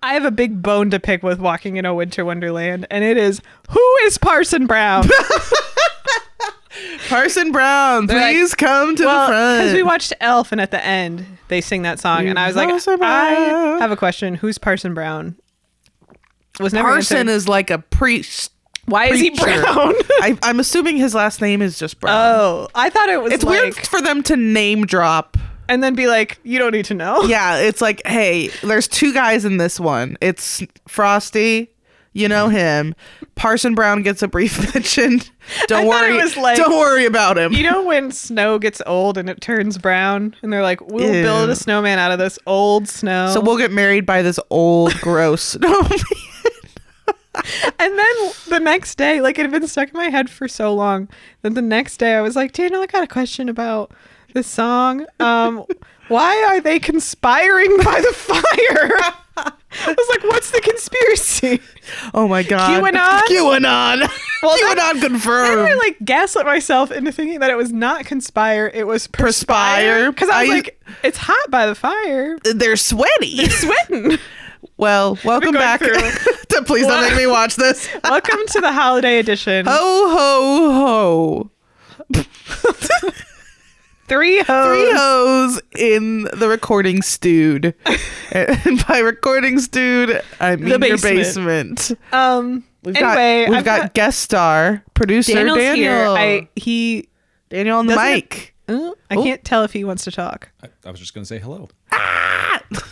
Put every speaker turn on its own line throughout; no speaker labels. I have a big bone to pick with walking in a winter wonderland, and it is who is Parson Brown?
Parson Brown,
like,
please come to the
Because
front.
Uh, we watched Elf, and at the end they sing that song, and I was like,
Parson
I
Brown.
have a question. Who's Parson Brown? Was never
Parson
answered.
is like a priest.
Why is he
preacher.
brown?
I, I'm assuming his last name is just Brown.
oh, I thought it was
it's
like,
weird for them to name drop.
and then be like, you don't need to know.
Yeah, it's like, hey, there's two guys in this one. It's Frosty, you know him. Parson Brown gets a brief mention. Don't
I thought it
worry,
was like-
don't worry about him.
You know when snow gets old and it turns brown, and they're like, "We'll
Ew.
build a snowman out of this old snow."
So we'll get married by this old gross. Oh No,
and then the next day, like it had been stuck in my head for so long that the next day I was like, "Daniel, I got a question about this song. Um, why are they conspiring by the fire?" I was like, "What's the conspiracy?"
oh my god.
QAnon?
QAnon.
Well,
QAnon
that-
confirmed.
I really like gaslit myself into thinking that it was not conspire; it was perspire.
Perspire.
Because I was
I-
like, "It's hot by the fire,
They're sweaty.
sweating."
Well, welcome
going
back.
through-
to please don't
What?
make me watch this.
Welcome to the holiday edition.
Ho ho ho.
Three hoes.
Three hoes in the recording stewed. and by recording stewed, I mean your
basement.
basement.
Um.
We've
anyway,
got, we've
I've
got, guest star producer
Daniel's here.
Daniel.
I he.
Daniel on the
Doesn't it-
mic.
oh, I can't tell if he wants to talk.
I, I was just going to say hello.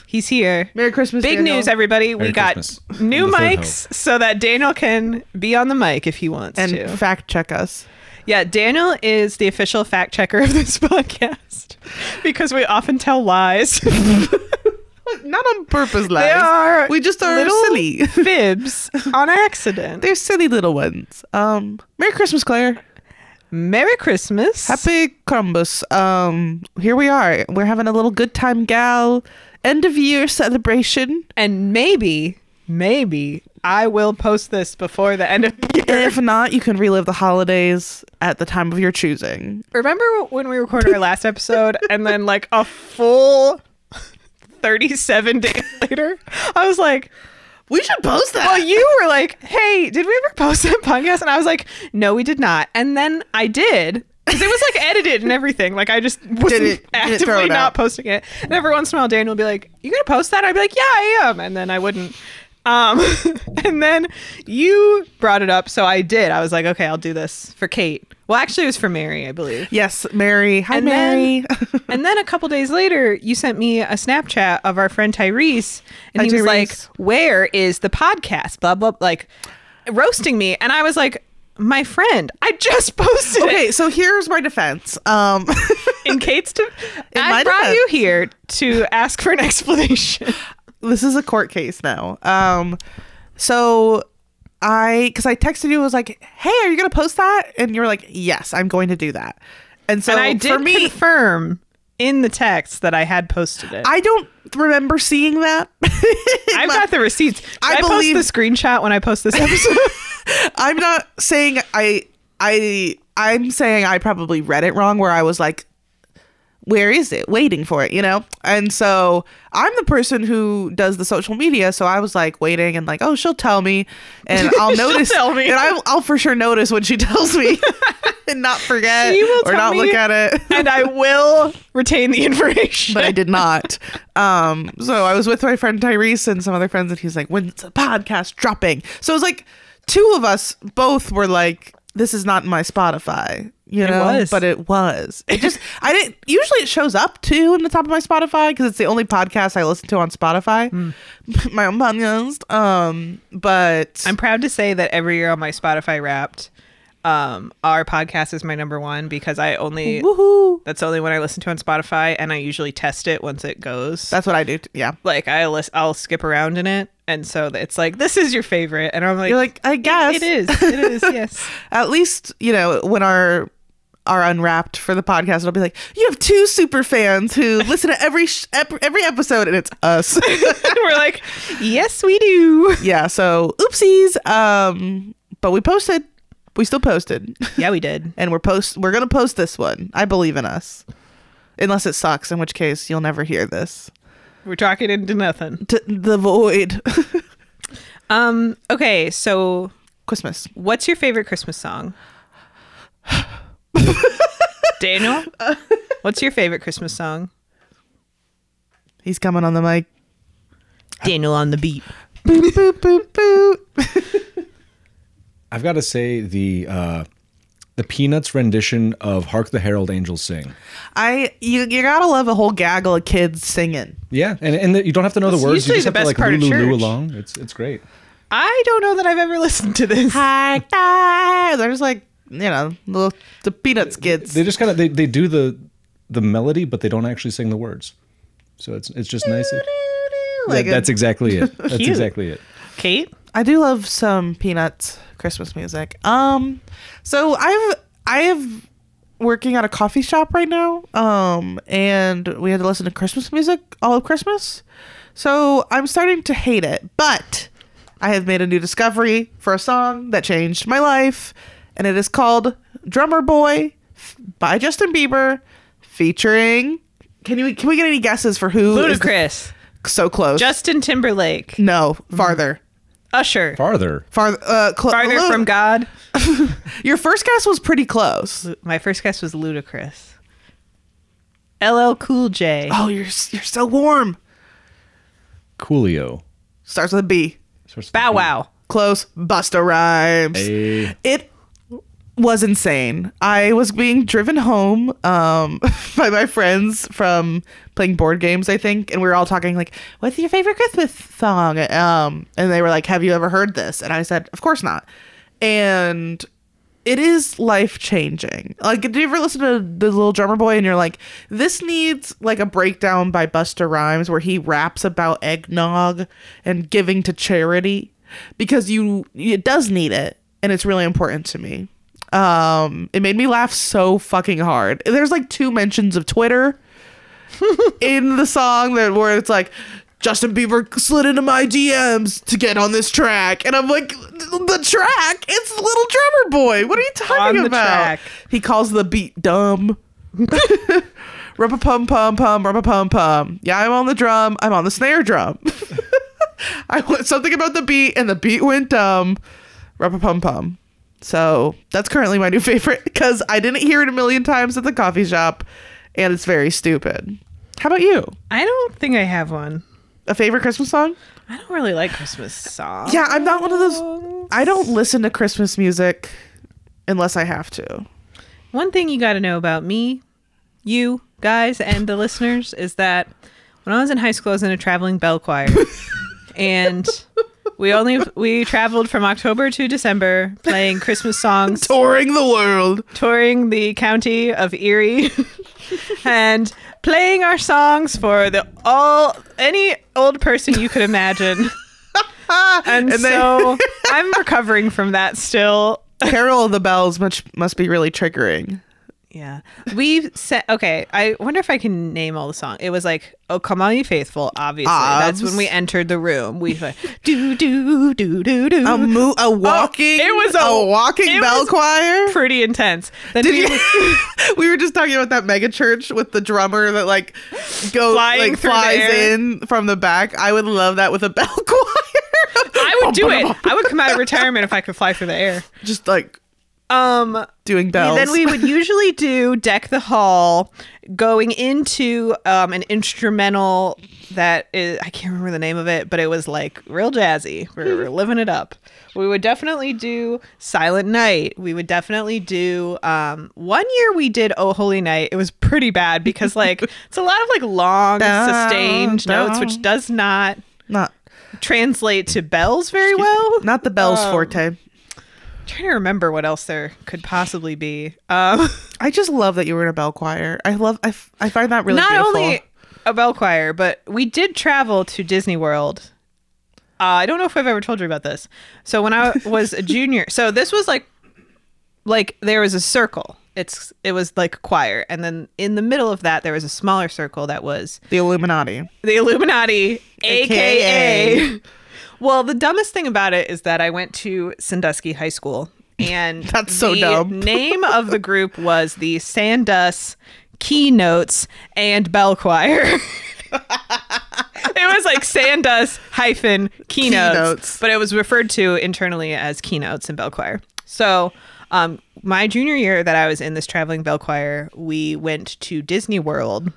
He's here.
Merry Christmas,
Big
Daniel.
news, everybody! we
Merry
got
Christmas.
new
And the third
mics so that Daniel can be on the mic if he wants
and
to.
fact check us.
Yeah, Daniel is the official fact checker of this podcast because we often tell lies.
Not on purpose, lies.
are
we just are
little-
silly.
Fibs on accident.
They're silly little ones. Um, Merry Christmas, Claire.
Merry Christmas.
Happy Columbus. Um, here we are. We're having a little good time, gal. End of year celebration.
and maybe, maybe I will post this before the end of the year.
If not, you can relive the holidays at the time of your choosing.
Remember when we recorded our last episode and then like a full 37 days later, I was like,
We should post that.
well, you were like, hey, did we ever post that podcast? And I was like, no, we did not. And then I did. Because it was like edited and everything. Like I just was
Didn't- didn't
actively
throw it
not
out.
posting it. And every once in a while, Daniel would be like, you going to post that? I'd be like, yeah, I am. And then I wouldn't. Um, and then you brought it up. So I did. I was like, okay, I'll do this for Kate. Well, actually, it was for Mary, I believe.
yes, Mary. Hi,
And
Mary.
Then, and then a couple days later, you sent me a Snapchat of our friend Tyrese, and
Hi,
he was like,
Tyrese.
"Where is the podcast?" Blah blah, like roasting me, and I was like, "My friend, I just posted
okay,
it."
so here's my defense. Um,
In Kate's, to,
In
I
my
brought
defense-
you here to ask for an explanation.
this is a court case now. Um, so I, because I texted you, I was like, "Hey, are you gonna post that?" And you were like, "Yes, I'm going to do that." And so
and I did
Oh, for me,
confirm in the text that I had posted it. I,
I don't remember seeing that.
have got the receipts. Should I,
I believe-
post the screenshot when I post this episode.
I'm not saying I I I'm saying I probably read it wrong where I was like where is it waiting for it you know and so i'm the person who does the social media so i was like waiting and like oh she'll tell me and i'll
She'll
notice
tell me.
and I'll, I'll for sure notice when she tells me and not forget
She will
or
tell
not
me
look at it
and I will retain the information.
but I did not. Um, so I was with my friend Tyrese and some other friends, and he's like, "When's the podcast dropping?" So it was like two of us both were like, "This is not in my Spotify," you know.
was.
But it was. It just I didn't. Usually it shows up too in the top of my Spotify because it's the only podcast I listen to on Spotify.
Hmm.
my own podcast. Um, but
I'm proud to say that every year on my Spotify Wrapped, um, our podcast is my number one because I only
woohoo!
that's the only one I listen to on Spotify, and I usually test it once it goes.
That's what I do. Too. Yeah.
like I list, I'll skip around in it, and so it's like this is your favorite, and I'm like,
You're like, I guess
it is, it is, yes.
at least you know when our are unwrapped for the podcast it'll be like you have two super fans who listen to every sh- ep- every episode and it's us
and we're like, yes, we do.
yeah so oopsies um but we posted we still posted
Yeah, we did.
and we're post we're gonna post this one i believe in us unless it sucks in which case you'll never hear this
We're talking into nothing.
to the void.
Um. Okay. So,
Christmas.
what's your favorite Christmas song? Daniel, what's your favorite Christmas song?
He's coming on the mic.
Daniel on the beat.
Boop, boop, boop, boop.
I've got to say the uh, the Peanuts rendition of "Hark the Herald Angels Sing."
I you, you gotta love a whole gaggle of kids singing.
Yeah, and and the, you don't have to know
That's
the words. You
usually
just
the best
have to like
part of
lulu
church.
along. It's it's great.
I don't know that I've ever listened to this.
Hi, guys. They're just ah, like you know little the peanuts kids.
They just kind of they, they do the the melody, but they don't actually sing the words. So it's it's just nice.
Like
Yeah, that's
a-
exactly it. That's
Cute.
exactly it.
Kate,
I do love some peanuts Christmas music. Um, so I've I've working at a coffee shop right now. Um, and we had to listen to Christmas music all of Christmas. So I'm starting to hate it, but I have made a new discovery for a song that changed my life, and it is called "Drummer Boy" f- by Justin Bieber, featuring. Can you can we get any guesses for who? is the-
Ludacris,
so close.
Justin Timberlake,
no, farther.
Usher,
Farther.
Farther, uh, clo-
Farther
Lu-
from God.
Your first guess was pretty close.
My first guess was Ludacris. LL Cool J.
Oh, you're s- you're so warm.
Coolio.
Starts with a B.
Starts with
Bow
a B.
Wow.
Close. Busta Rhymes.
Hey.
It was insane. I was being driven home um, by my friends from playing board games, I think, and we were all talking like, "What's your favorite Christmas song?" Um, and they were like, "Have you ever heard this?" And I said, "Of course not." And it is life changing. Like, did you ever listen to the Little Drummer Boy and you're like, this needs like a breakdown by Buster Rhymes where he raps about eggnog and giving to charity because you it does need it and it's really important to me. Um, it made me laugh so fucking hard. There's like two mentions of Twitter in the song that where it's like Justin Bieber slid into my DMs to get on this track, and I'm like, the track? It's Little Drummer Boy. What are you talking
On the
about?
track.
He calls the beat dumb. Rubba pum pum pum, rubba pum pum. Yeah, I'm on the drum. I'm on the snare drum. I went something about the beat, and the beat went dumb. Rubba pum pum. So that's currently my new favorite because I didn't hear it a million times at the coffee shop, and it's very stupid. How about you?
I don't think I have one.
A favorite Christmas song?
I don't really like Christmas songs.
Yeah, I'm not one of those. I don't listen to Christmas music unless I have to.
One thing you got to know about me, you guys, and the listeners is that when I was in high school, I was in a traveling bell choir, and we only we traveled from October to December playing Christmas songs,
Touring the world.
touring the county of Erie, and playing our songs for the all any old person you could imagine. And,
And they-
so I'm recovering from that still.
Carol of the Bells much, must be really triggering.
Yeah. We've said okay, I wonder if I can name all the songs. It was like, Oh Come On You Faithful, obviously. That's when we entered the room. We like do do do do do
A mo- a walking.
it was a-
walking
it
bell
was-
choir.
pretty intense. Then
Did
we
you?
would-
we were just talking about that mega church with the drummer that like goes
Flying
like
through the
flies
air.
in from the back. I would love that with a bell choir.
I would do it. I would come out of retirement if I could fly through the air.
Just like
Um
doing bells.
Then we would usually do deck the hall, going into um, an instrumental that is I can't remember the name of it, but it was like real jazzy. We were living it up. We would definitely do Silent Night. We would definitely do um, one year we did Oh Holy Night. It was pretty bad because like it's a lot of like long sustained notes, which does not
not
translate to bells very well.
not the bells
Oh.
forte.
trying to remember what else there could possibly be. Um,
I just love that you were in a bell choir. I love. I, f- I find that really
not
beautiful.
only a bell choir, but we did travel to Disney World. Uh, I don't know if I've ever told you about this. So when I was a junior, so this was like, like there was a circle. It's it was like choir, and then in the middle of that there was a smaller circle that was
the Illuminati.
the Illuminati, aka. Well, the dumbest thing about it is that I went to Sandusky High School, and
That's so
the
dumb.
name of the group was the Sandus Keynotes and Bell Choir. was like Sanda's hyphen keynotes,
Keynotes.
but it was referred to internally as keynotes in bell choir. So, um, my junior year that I was in this traveling bell choir, we went to Disney World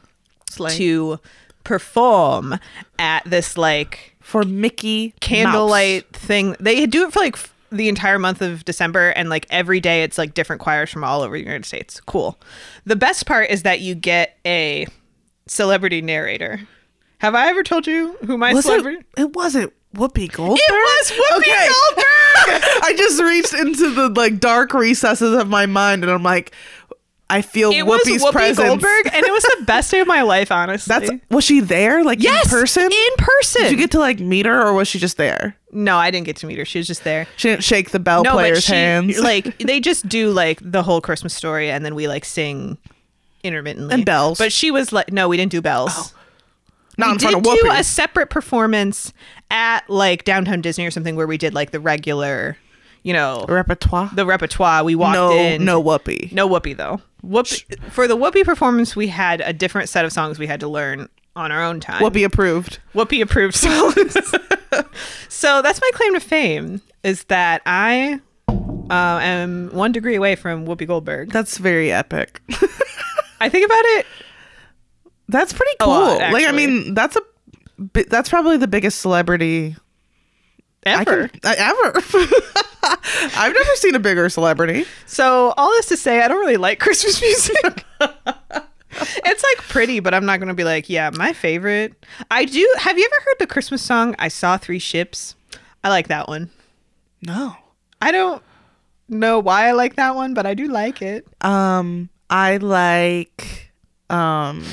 to perform at this like
for Mickey
candlelight thing. They do it for like f- the entire month of December, and like every day, it's like different choirs from all over the United States. Cool. The best part is that you get a celebrity narrator. Have I ever told you who my
Mouse. Was
celebrity?
it, it wasn't Whoopi Goldberg.
was Whoopi
Goldberg. I just reached into the like dark recesses of my mind, and I'm like, I feel
It was
Whoopi's
Whoopi
presence.
Goldberg, and it was the best day of my life. Honestly,
That's was she there? Like
yes,
in person?
In person.
Did you get to like meet her, or was she just there?
no, I didn't get to meet her. She was just there.
She didn't shake the bell
no,
player's
but she,
hands.
Like they just do like the whole Christmas story, and then we like sing intermittently
And bells. Oh,
But she was like, no, we didn't do bells.
not
we
in front of
did
Whoopi.
do a separate performance at like downtown Disney or something where we did like the regular, you know,
repertoire.
the repertoire. We walked
no,
in.
no Whoopi.
No whoopee though. Whoop for the whoopee performance, we had a different set of songs we had to learn on our own time.
Whoopi approved.
Whoopi approved songs. so that's my claim to fame is that I uh, am one degree away from Whoopi Goldberg.
That's very epic.
I think about it.
That's pretty
A
cool.
lot,
like I
actually.
mean, that's a bi- that's probably the biggest celebrity I
Ever.
can, I, ever. I've never seen a bigger celebrity.
So all this to say, I don't really like Christmas music. it's like pretty, but I'm not gonna be like, yeah, my favorite. I do. Have you ever heard the Christmas song "I Saw Three Ships"? I like that one.
No.
I don't know why I like that one, but I do like it.
Um, I like um,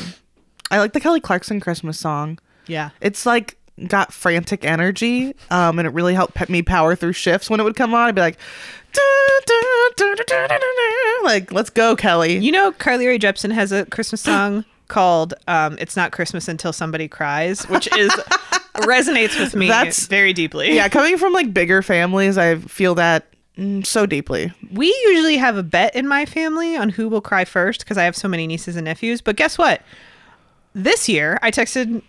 I like the Kelly Clarkson Christmas song.
Yeah.
It's like got frantic energy, um, and it really helped pep me power through shifts. When it would come on, I'd be like, "Dun, dun, dun, dun, dun, dun, dun," like let's go, Kelly.
You know, Carly Rae Jepsen has a Christmas song called um, "It's Not Christmas Until Somebody Cries," which is resonates with me
That's-
very deeply.
yeah, coming from like bigger families, I feel that mm, so deeply.
We usually have a bet in my family on who will cry first because I have so many nieces and nephews. But guess what? This year, I texted,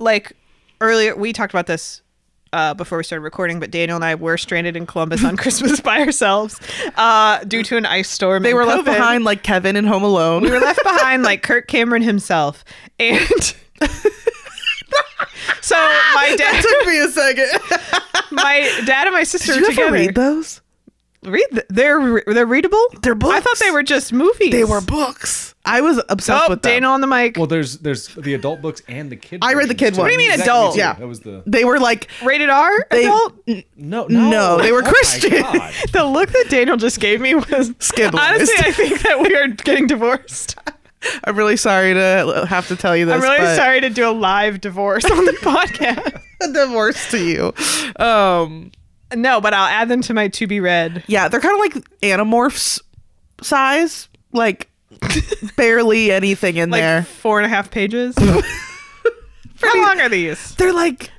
like, earlier, we talked about this uh, before we started recording, but Daniel and I were stranded in Columbus on Christmas by ourselves uh, due to an ice storm.
They were left behind like Kevin in Home Alone.
We were left behind like Kirk Cameron himself. And. So my
that
dad,
took me a second.
my dad, and my sister were
Did you
together.
ever read those?
Read th- they're they're readable.
They're
I thought
books.
they were just movies.
They were books. I was obsessed
Oh,
with them.
Daniel on the mic.
Well, there's there's the adult books and the kid.
I read the
versions,
kid
too.
one. What do you
mean
Exactly,
adult?
too.
Yeah.
That was the
They were like
Rated R
they
adult.
no
No,
no.
they were
Oh my
Christian.
God.
The look that Daniel just gave me was
Scandalized.
Honestly, I think that we are getting divorced.
I'm really sorry to have to tell you this.
I'm really
but
sorry to do a live divorce on the podcast.
Divorce to you. Um
No, but I'll add them to my to be read.
yeah, they're kind of like anamorphs size, like barely anything in
Like
there.
four and a half pages. How long are these?
They're like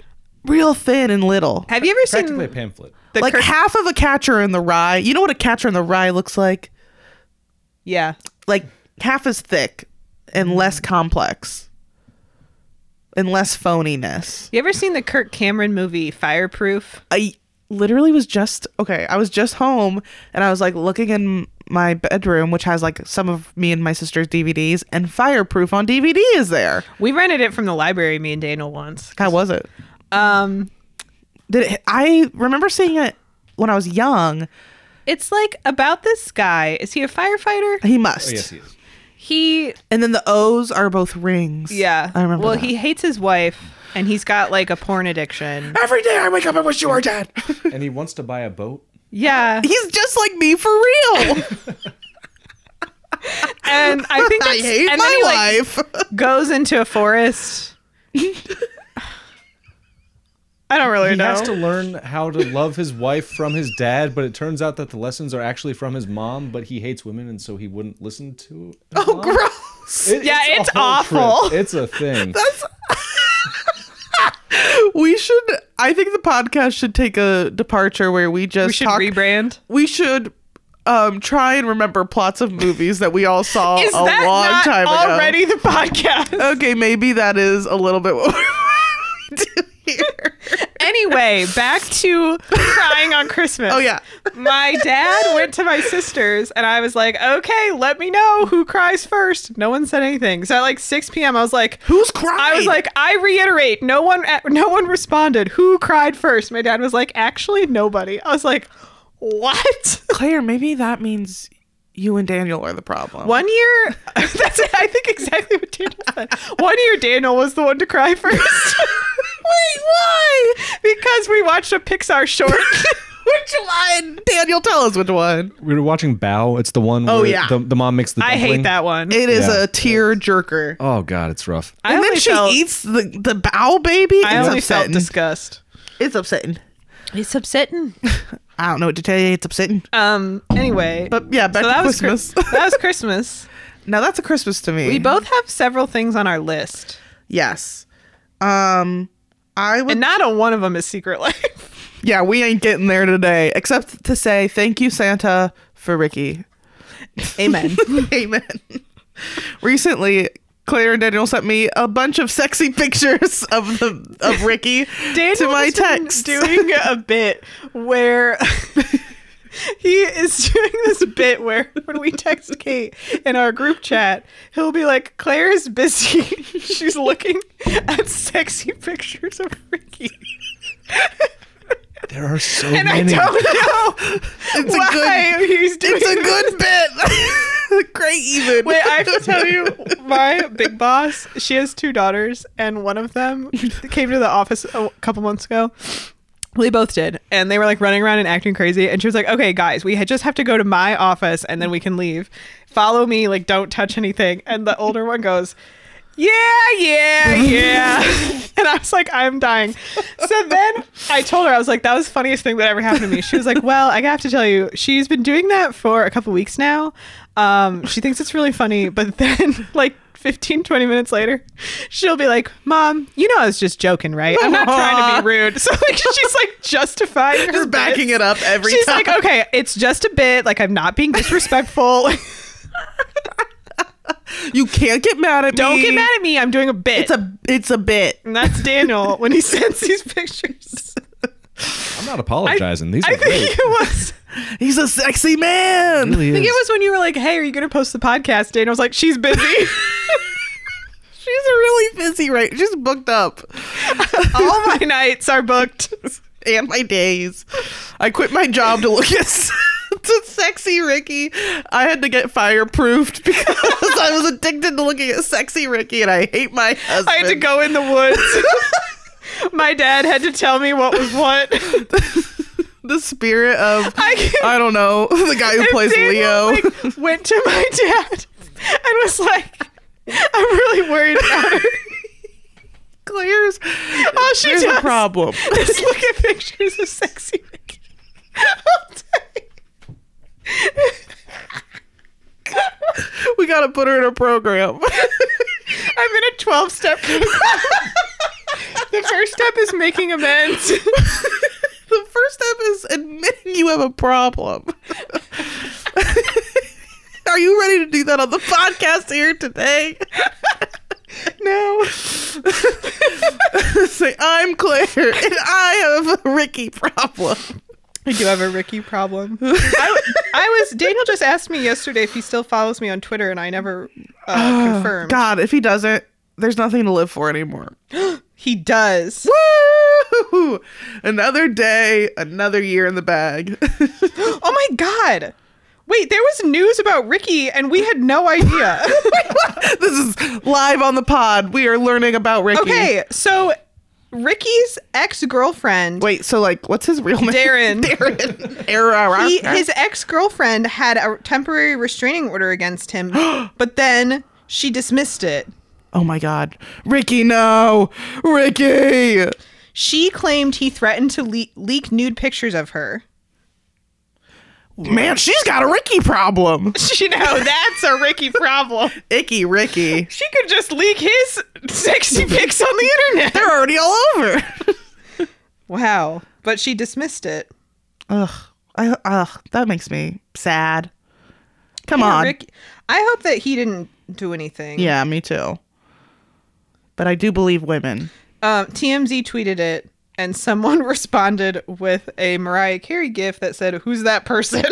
real thin and little.
Have you ever seen
Practically a pamphlet.
the
like
Kirk-
half of a catcher in the rye. You know what a catcher in the rye looks like?
yeah.
like half as thick and less complex and less phoniness.
You ever seen the Kirk Cameron movie Fireproof?
I literally was just okay. I was just home and I was like looking in my bedroom, which has like some of me and my sister's DVDs, and Fireproof on DVD is there.
We rented it from the library, me and Daniel once.
How was it?
Um,
Did it, I remember seeing it when I was young?
it's like about this guy. Is he a firefighter?
He must.
Oh, yes, he is.
He
And then the O's are both rings.
yeah.
I remember.
Well,
that.
he hates his wife and he's got like a porn addiction.
every day I wake up and wish you were dead.
And he wants to buy a boat.
Yeah.
He's just like me for real.
And I think
I
that's-
hate
and then
my
he, like,
life.
goes into a forest. I don't really
He
know.
has to learn how to love his wife from his dad, but it turns out that the lessons are actually from his mom. But he hates women, and so he wouldn't listen to. his
oh,
mom.
gross.
It-
Yeah,
a
it's
whole trip.
awful.
It's a thing.
We should. I think the podcast should take a departure where we just
we should
talk.
rebrand.
we should um, try and remember plots of movies that we all saw
Is
a
that
long
not
time
already the podcast?
ago. Okay, maybe that is a little bit what we do.
Anyway, back to crying on Christmas.
Oh, yeah.
My dad went to my sister's and I was like, okay, let me know who cries first. No one said anything. So at like 6 p.m., I was like,
Who's crying?
I was like, I reiterate, no one, eh, no one responded. Who cried first? My dad was like, actually, nobody. I was like, what?
Claire, maybe that means you and Daniel are the problem.
One year, that's it. I think exactly what Daniel said. One year, Daniel was the one to cry first. Wait, why? Because we watched a Pixar short.
Which one? Daniel, tell us which one.
We were watching Bow. It's the one.
Oh,
where
yeah.
The, the mom makes the.
I hate
dumpling.
that one.
It is
Yeah.
a tear jerker.
Oh god, it's rough.
I
And
only
then she
felt,
eats the, the bow baby.
I
it's
only felt
upsetting.
disgust.
it's upsetting.
It's upsetting.
I don't know what to tell you. It's upsetting.
Um. Anyway,
But yeah, back
so
to
that was Chri-
Christmas.
that was Christmas.
now that's a Christmas to me.
We both have several things on our list,
Yes. Um, I would.
and not a one of them is Secret Life.
yeah, we ain't getting there today, except to say thank you, Santa, for Ricky.
Amen.
Amen. Recently, Claire and Daniel sent me a bunch of sexy pictures of the of Ricky to my
has been
text.
doing a bit where he is doing this bit where when we text Kate in our group chat, he'll be like, "Claire is busy. She's looking at sexy pictures of Ricky."
There are so
And I
many.
don't know
It's a
why he's doing
It's a
this.
good bit. Great even.
Wait, I have to tell you, my big boss, she has two daughters, and one of them came to the office a couple months ago. We both did, and they were like running around and acting crazy. And she was like, "Okay, guys, we had- just have to go to my office, and then we can leave. Follow me, like don't touch anything." And the older one goes. Yeah, yeah, yeah. and I was like, I'm dying. So then I told her, I was like, that was the funniest thing that ever happened to me. She was like, Well, I have to tell you, she's been doing that for a couple weeks now. Um, she thinks it's really funny, but then like 15, 20 minutes later, she'll be like, Mom, you know I was just joking, right? I'm not trying to be rude. So like she's like justifying her
Just backing
bits.
it up every
She's
time.
like, okay, it's just a bit. Like, I'm not being disrespectful.
you can't get mad at
Don't
me.
get mad at me. I'm doing a bit.
It's a it's a bit.
And that's Daniel when he sends these pictures.
I'm not apologizing. These
I
are great.
think it was.
He's a sexy
It
man.
really
I think it
is.
was when you were like, "Hey, are you going to post the podcast?" Daniel was like, "She's busy."
She's really busy right. She's booked up.
All my nights are booked.
and my days. I quit my job to look at s- to sexy Ricky. I had to get fireproofed because I was addicted to looking at sexy Ricky, and I hate my husband.
I had to go in the woods. my dad had to tell me what was what.
The spirit of
I
I,
can-
don't know the guy who
And
plays
Daniel,
Leo.
like, went to my dad and was like, "I'm really worried about her."
Claire's
All Oh, she
there's
does
a problem.
is look at pictures of sexy Ricky all day.
We gotta put her in a program.
I'm in a 12 step the first step is making amends.
the first step is admitting you have a problem. Are you ready to do that on the podcast here today?
no.
Say, I'm Claire and I have a Ricky problem.
I do have a Ricky problem. I, I was, Daniel just asked me yesterday if he still follows me on Twitter, and I never uh, confirmed.
God, if he doesn't, there's nothing to live for anymore.
He does.
Woo! Another day, another year in the bag.
Oh my God. Wait, there was news about Ricky, and we had no idea.
this is live on the pod. We are learning about Ricky.
okay, so Ricky's ex girlfriend.
Wait, so like, what's his real name?
Darren.
Darren. Error.
he, his ex girlfriend had a temporary restraining order against him, but then she dismissed it.
Oh my God. Ricky, no. Ricky.
She claimed he threatened to le- leak nude pictures of her.
Man, she's got a Ricky problem.
You know, that's a Ricky problem.
Icky Ricky.
She could just leak his sexy pics on the internet.
They're already all over.
Wow. But she dismissed it.
ugh. I, ugh. That makes me sad. Come on.
Ricky- I hope that he didn't do anything.
Yeah, me too. But I do believe women.
Um, TMZ tweeted it, and someone responded with a Mariah Carey gif that said, "Who's that person?"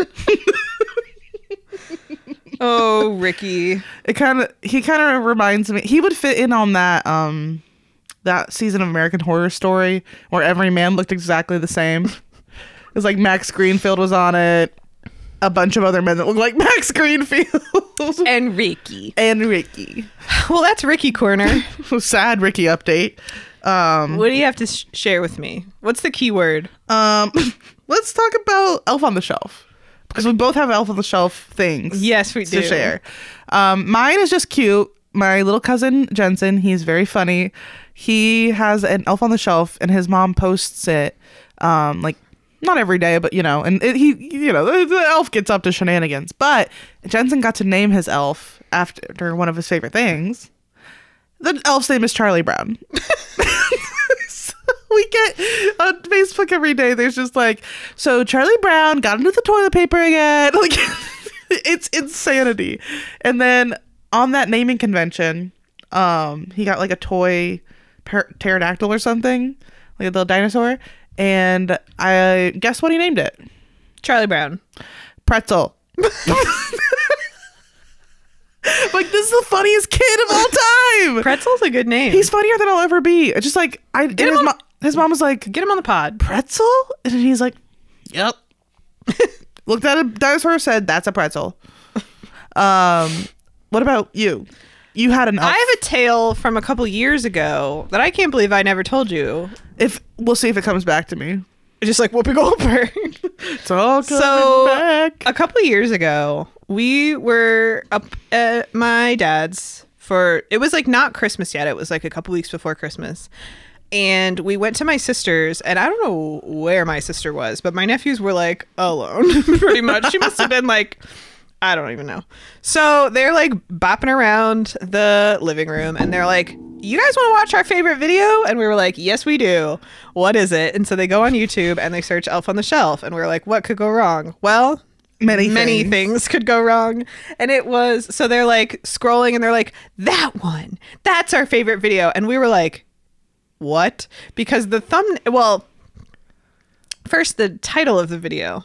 oh, Ricky.
It kind of he kind of reminds me he would fit in on that um that season of American Horror Story where every man looked exactly the same. it was like Max Greenfield was on it, a bunch of other men that looked like Max Greenfield
And Ricky.
and Ricky.
Well, that's Ricky corner.
Sad Ricky update. Um
what do you have to sh- share with me? What's the key word?
um let's talk about Elf on the Shelf because we both have Elf on the Shelf things.
Yes, we do.
to share. Um, mine is just cute. My little cousin Jensen, he's very funny. He has an elf on the shelf, and his mom posts it, um, like not every day, but you know, and it, he, you know, the, the elf gets up to shenanigans. But Jensen got to name his elf after one of his favorite things. The elf's name is Charlie Brown. So we get on Facebook every day. There's just like, so Charlie Brown got into the toilet paper again. Like, it's insanity. And then on that naming convention, um, he got like a toy par- pterodactyl or something, like a little dinosaur. And I guess what he named it?
Charlie Brown.
Pretzel. like this is the funniest kid of all time.
Pretzel's a good name.
He's funnier than I'll ever be. It's just like I. and
him
his,
on-
mo- his mom was like,
Get him on the pod.
pretzel? And he's like, yep. Looked at a dinosaur, said, that's a pretzel. Um, what about you? You had an elf.
I have a tale from a couple years ago that I can't believe I never told you.
if we'll see if it comes back to me.
Just like Whoopi Goldberg.
It's all coming
So- uh,
back.
a couple years ago, we were up at my dad's for it was like not Christmas yet. It was like a couple weeks before Christmas. And we went to my sister's, and I don't know where my sister was, but my nephews were like alone pretty much. She must have been like, I don't even know. So they're like bopping around the living room, and they're like, You guys want to watch our favorite video? And we were like, Yes, we do. What is it? And so they go on YouTube and they search Elf on the Shelf, and we're like, What could go wrong? Well,
Many
many
things.
things could go wrong. And it was so they're like scrolling and they're like, that one, that's our favorite video. And we were like, what? Because the thumb, well, first the title of the video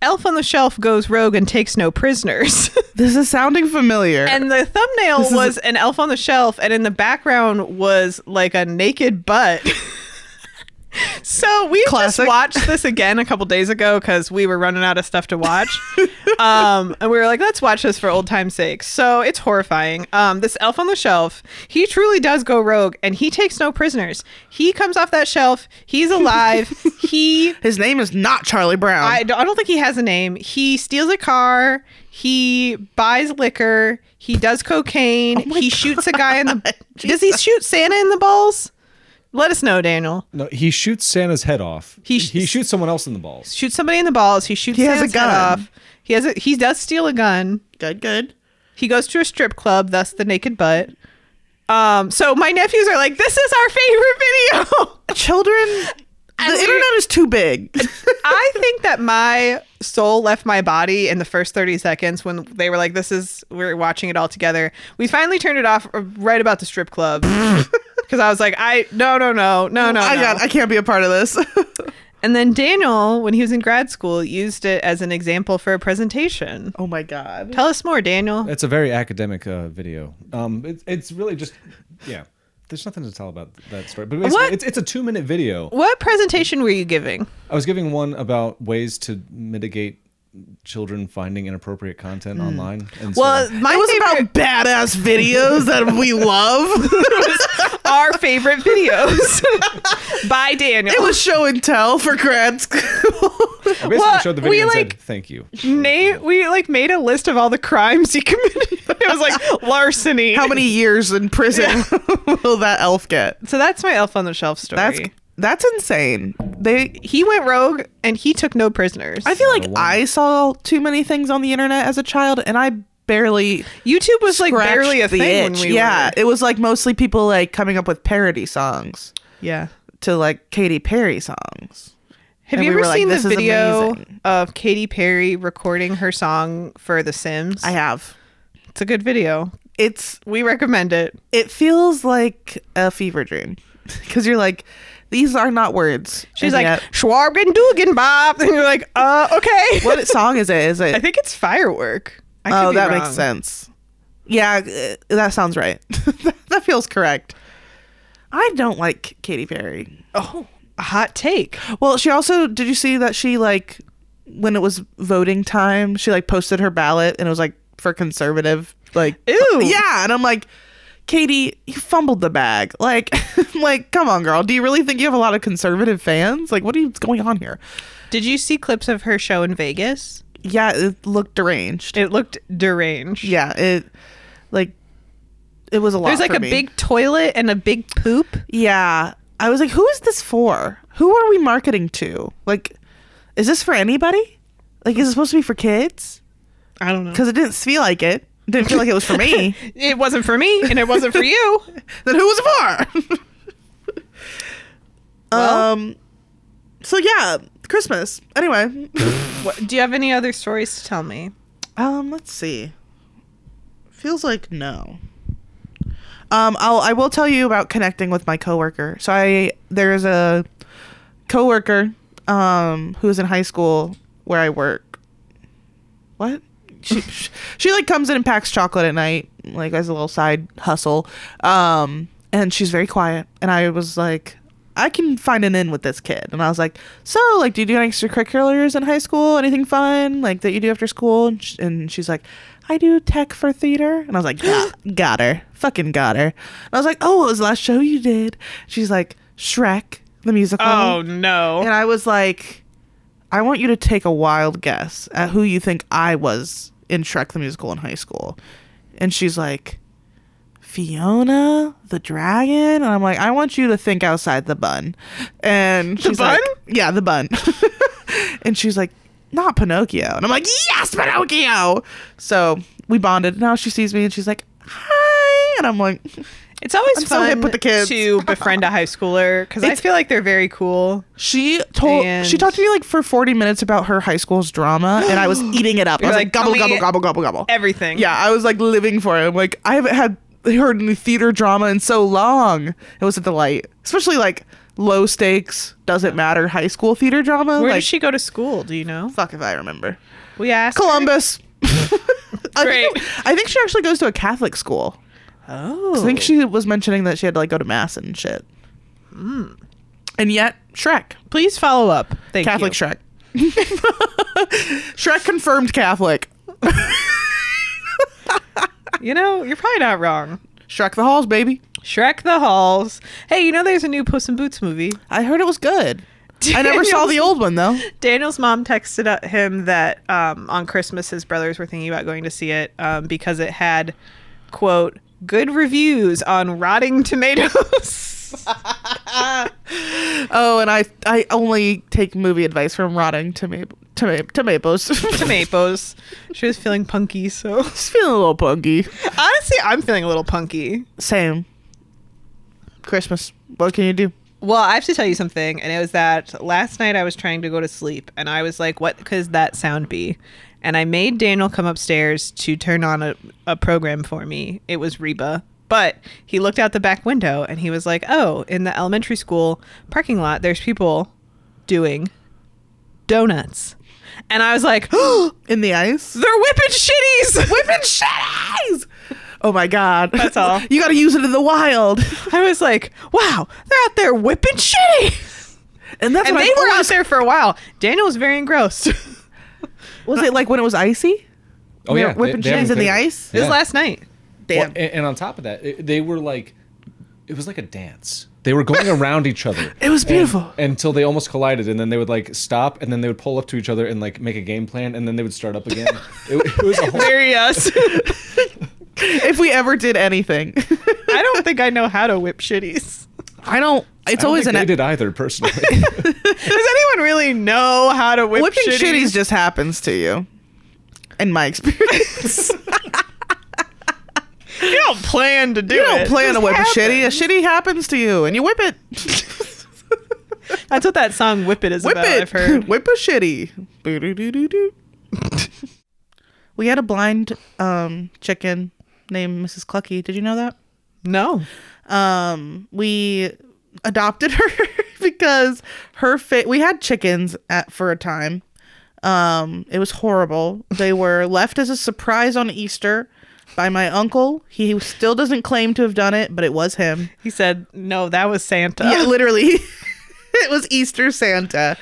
Elf on the Shelf goes rogue and takes no prisoners.
This is sounding familiar.
and the thumbnail
is-
was an elf on the shelf, and in the background was like a naked butt. so we
Classic.
just watched this again a couple days ago because we were running out of stuff to watch, um, and we were like, let's watch this for old time's sake. So it's horrifying. Um, this elf on the shelf, he truly does go rogue, and he takes no prisoners. He comes off that shelf. He's alive. he
his name is not Charlie Brown.
I, d- I don't think he has a name. He steals a car. He buys liquor. He does cocaine.
Oh
he shoots a guy in the. Does he shoot Santa in the balls? Let us know, Daniel.
No, he shoots Santa's head off.
He
He,
sh-
shoots someone else in the balls.
Shoots somebody in the balls. He shoots.
He has a
Santa's head
gun.
off. He has. A, he does steal a gun.
good, good.
He goes to a strip club. Thus the naked butt. Um. So my nephews are like, "This is our favorite video."
Children, the
we-
internet is too big.
I think that my soul left my body in the first 30 seconds when they were like, this is, we're watching it all together. We finally turned it off right about the strip club. Because I was like, I, no, no, no, no, no.
I
no.
got. I can't be a part of this.
and then Daniel, when he was in grad school, used it as an example for a presentation.
oh my god.
Tell us more, Daniel.
It's a very academic uh, video. Um, it, it's really just, yeah. There's nothing to tell about that story. But basically,
What?
it's, it's a two minute video.
What presentation were you giving?
I was giving one about ways to mitigate children finding inappropriate content online. And so-
Well, my
it was
favorite,
about badass videos that we love.
our favorite videos by Daniel.
It was show and tell for grad school.
I basically
well,
showed the
we,
video and
like-
said, thank you.
Nate, we like made a list of all the crimes he committed. It was like larceny.
How many years in prison will that elf get?
So that's my Elf on the Shelf story.
That's that's insane. They
he went rogue and he took no prisoners.
I feel like
Another one.
I saw too many things on the internet as a child and I barely
YouTube was like
scratched
barely a
the
thing when
itch.
we
yeah,
were.
it was like mostly people like coming up with parody songs
Yeah.
to like Katy Perry songs.
Have
And
you
we
ever
were like,
seen
"This
the
is
video
amazing.
of Katy Perry recording her song for The Sims?
I have.
it's a good video.
It's
We recommend it.
it feels like a fever dream because you're like These are not words.
She's
And
like,
yet-
Schwargen Dugan Bob. And you're like, uh, okay.
what song is it? Is it?
I think it's firework. I could
oh,
be
that
wrong.
makes sense. Yeah, uh, that sounds right. that feels correct. I don't like Katy Perry.
Oh, a hot take.
Well, she also did you see that she like when it was voting time, she like posted her ballot and it was like for conservative like
Ew.
Yeah, and I'm like Katie, you fumbled the bag. Like like come on girl, do you really think you have a lot of conservative fans? Like what are you, what's going on here?
Did you see clips of her show in Vegas?
Yeah, it looked deranged.
It looked deranged.
yeah, it like it was a lot
There's like
for
a
me.
big toilet and a big poop.
Yeah. I was like, who is this for? Who are we marketing to? Like is this for anybody? Like is it supposed to be for kids?
I don't know.
because it didn't feel like it. It didn't feel like it was for me.
It wasn't for me and it wasn't for you.
then who was it for?
Well.
Um. So yeah, Christmas. Anyway,
What, do you have any other stories to tell me?
um, let's see. Feels like no. Um, I'll I will tell you about connecting with my coworker. So I there is a coworker um who's in high school where I work. What? She, she she like comes in and packs chocolate at night, like as a little side hustle. Um, and she's very quiet. And I was like, I can find an in with this kid. And I was like, so like, do you do any extracurriculars in high school? Anything fun like that you do after school? And, sh- and she's like, I do tech for theater. And I was like, got, got her, fucking got her. And I was like, oh, what was the last show you did? She's like, Shrek the musical.
Oh, Um, no.
And I was like, I want you to take a wild guess at who you think I was in Shrek the Musical in high school. And she's like, Fiona the dragon? And I'm like, I want you to think outside the bun. And she's
bun?
like, Yeah, the bun. and she's like, Not Pinocchio. And I'm like, Yes, Pinocchio. So we bonded. Now she sees me and she's like, Hi. And I'm like,
It's always
I'm so
fun
hip with the kids.
to befriend a high schooler because I
It's-
feel like they're very cool.
She told she
And-
talked to me like for forty minutes about her high school's drama, and I was eating it up. I
You're
was
like,
like, gobble,
tell me
gobble, gobble, gobble, gobble.
Everything.
Yeah, I was like living for it. I'm like, I haven't had heard any theater drama in so long. It was a delight, especially like low stakes, doesn't matter high school theater drama.
Where
like,
does she go to school? Do you know?
Fuck if I remember.
We asked. her.
Columbus. I
Great.
think, I think she actually goes to a Catholic school.
Oh.
I think she was mentioning that she had to like go to mass and shit.
Hmm.
And yet, Shrek.
Please follow up. Thank
Catholic
you.
Shrek. Shrek confirmed Catholic.
You know, you're probably not wrong.
Shrek the Halls, baby.
Shrek the Halls. Hey, you know there's a new Puss in Boots movie.
I heard it was good. I never saw the old one though.
Daniel's mom texted uh, him that um, on Christmas his brothers were thinking about going to see it um, because it had, quote, good reviews on rotting tomatoes.
Oh, and I I only take movie advice from rotting tomato tomato tomatoes.
tomatoes. She was feeling punky, so
Just feeling a little punky.
honestly, I'm feeling a little punky.
Same. Christmas. What can you do?
Well, I have to tell you something, and it was that last night I was trying to go to sleep, and I was like, "What could that sound be?" And I made Daniel come upstairs to turn on a, a program for me. It was Reba, but he looked out the back window and he was like, "Oh, in the elementary school parking lot, there's people doing donuts," and I was like, oh,
In the ice.
"They're whipping shitties,
Whipping shit eyes. Oh my god.
That's all.
you got to use it in the wild.
I was like, "Wow, they're out there whipping shitties,"
And that's
and
what
they
I
were out
always-
there for a while. Daniel oh, was very engrossed.
Was it like when it was icy?
Oh yeah,
Whipping
they- they haven't
cheese in the
cleared it.
ice?
It was
Yeah.
last night.
Well, and, and on top of that, it, they were like, it was like a dance. They were going around each other.
It was
And-
beautiful.
until they almost collided, and then they would like stop, and then they would pull up to each other and like make a game plan, and then they would start up again. it, it was a whole.
Very us.
if we ever did anything.
I don't think I know how to whip shitties.
I don't. It's
I don't
always
think
an. e-
they did either personally.
Does anyone really know how to whip
whipping
shitties?
shitties just happens to you. In my experience,
You don't plan to do
you
it.
don't plan to
Just
whip a
happen.
shitty. A shitty happens to you, and you whip it.
That's what that song "Whip It" is
whip
about.
it.
I've heard.
Whip a shitty. Boo-doo-doo-doo-doo. we had a blind um, chicken named Mrs. Clucky. Did you know that?
No.
um we adopted her because her fit. We had chickens at for a time. Um, it was horrible. They were left as a surprise on Easter by my uncle. He still doesn't claim to have done it, but it was him.
He said, "No, that was Santa."
Yeah, literally. it was Easter Santa.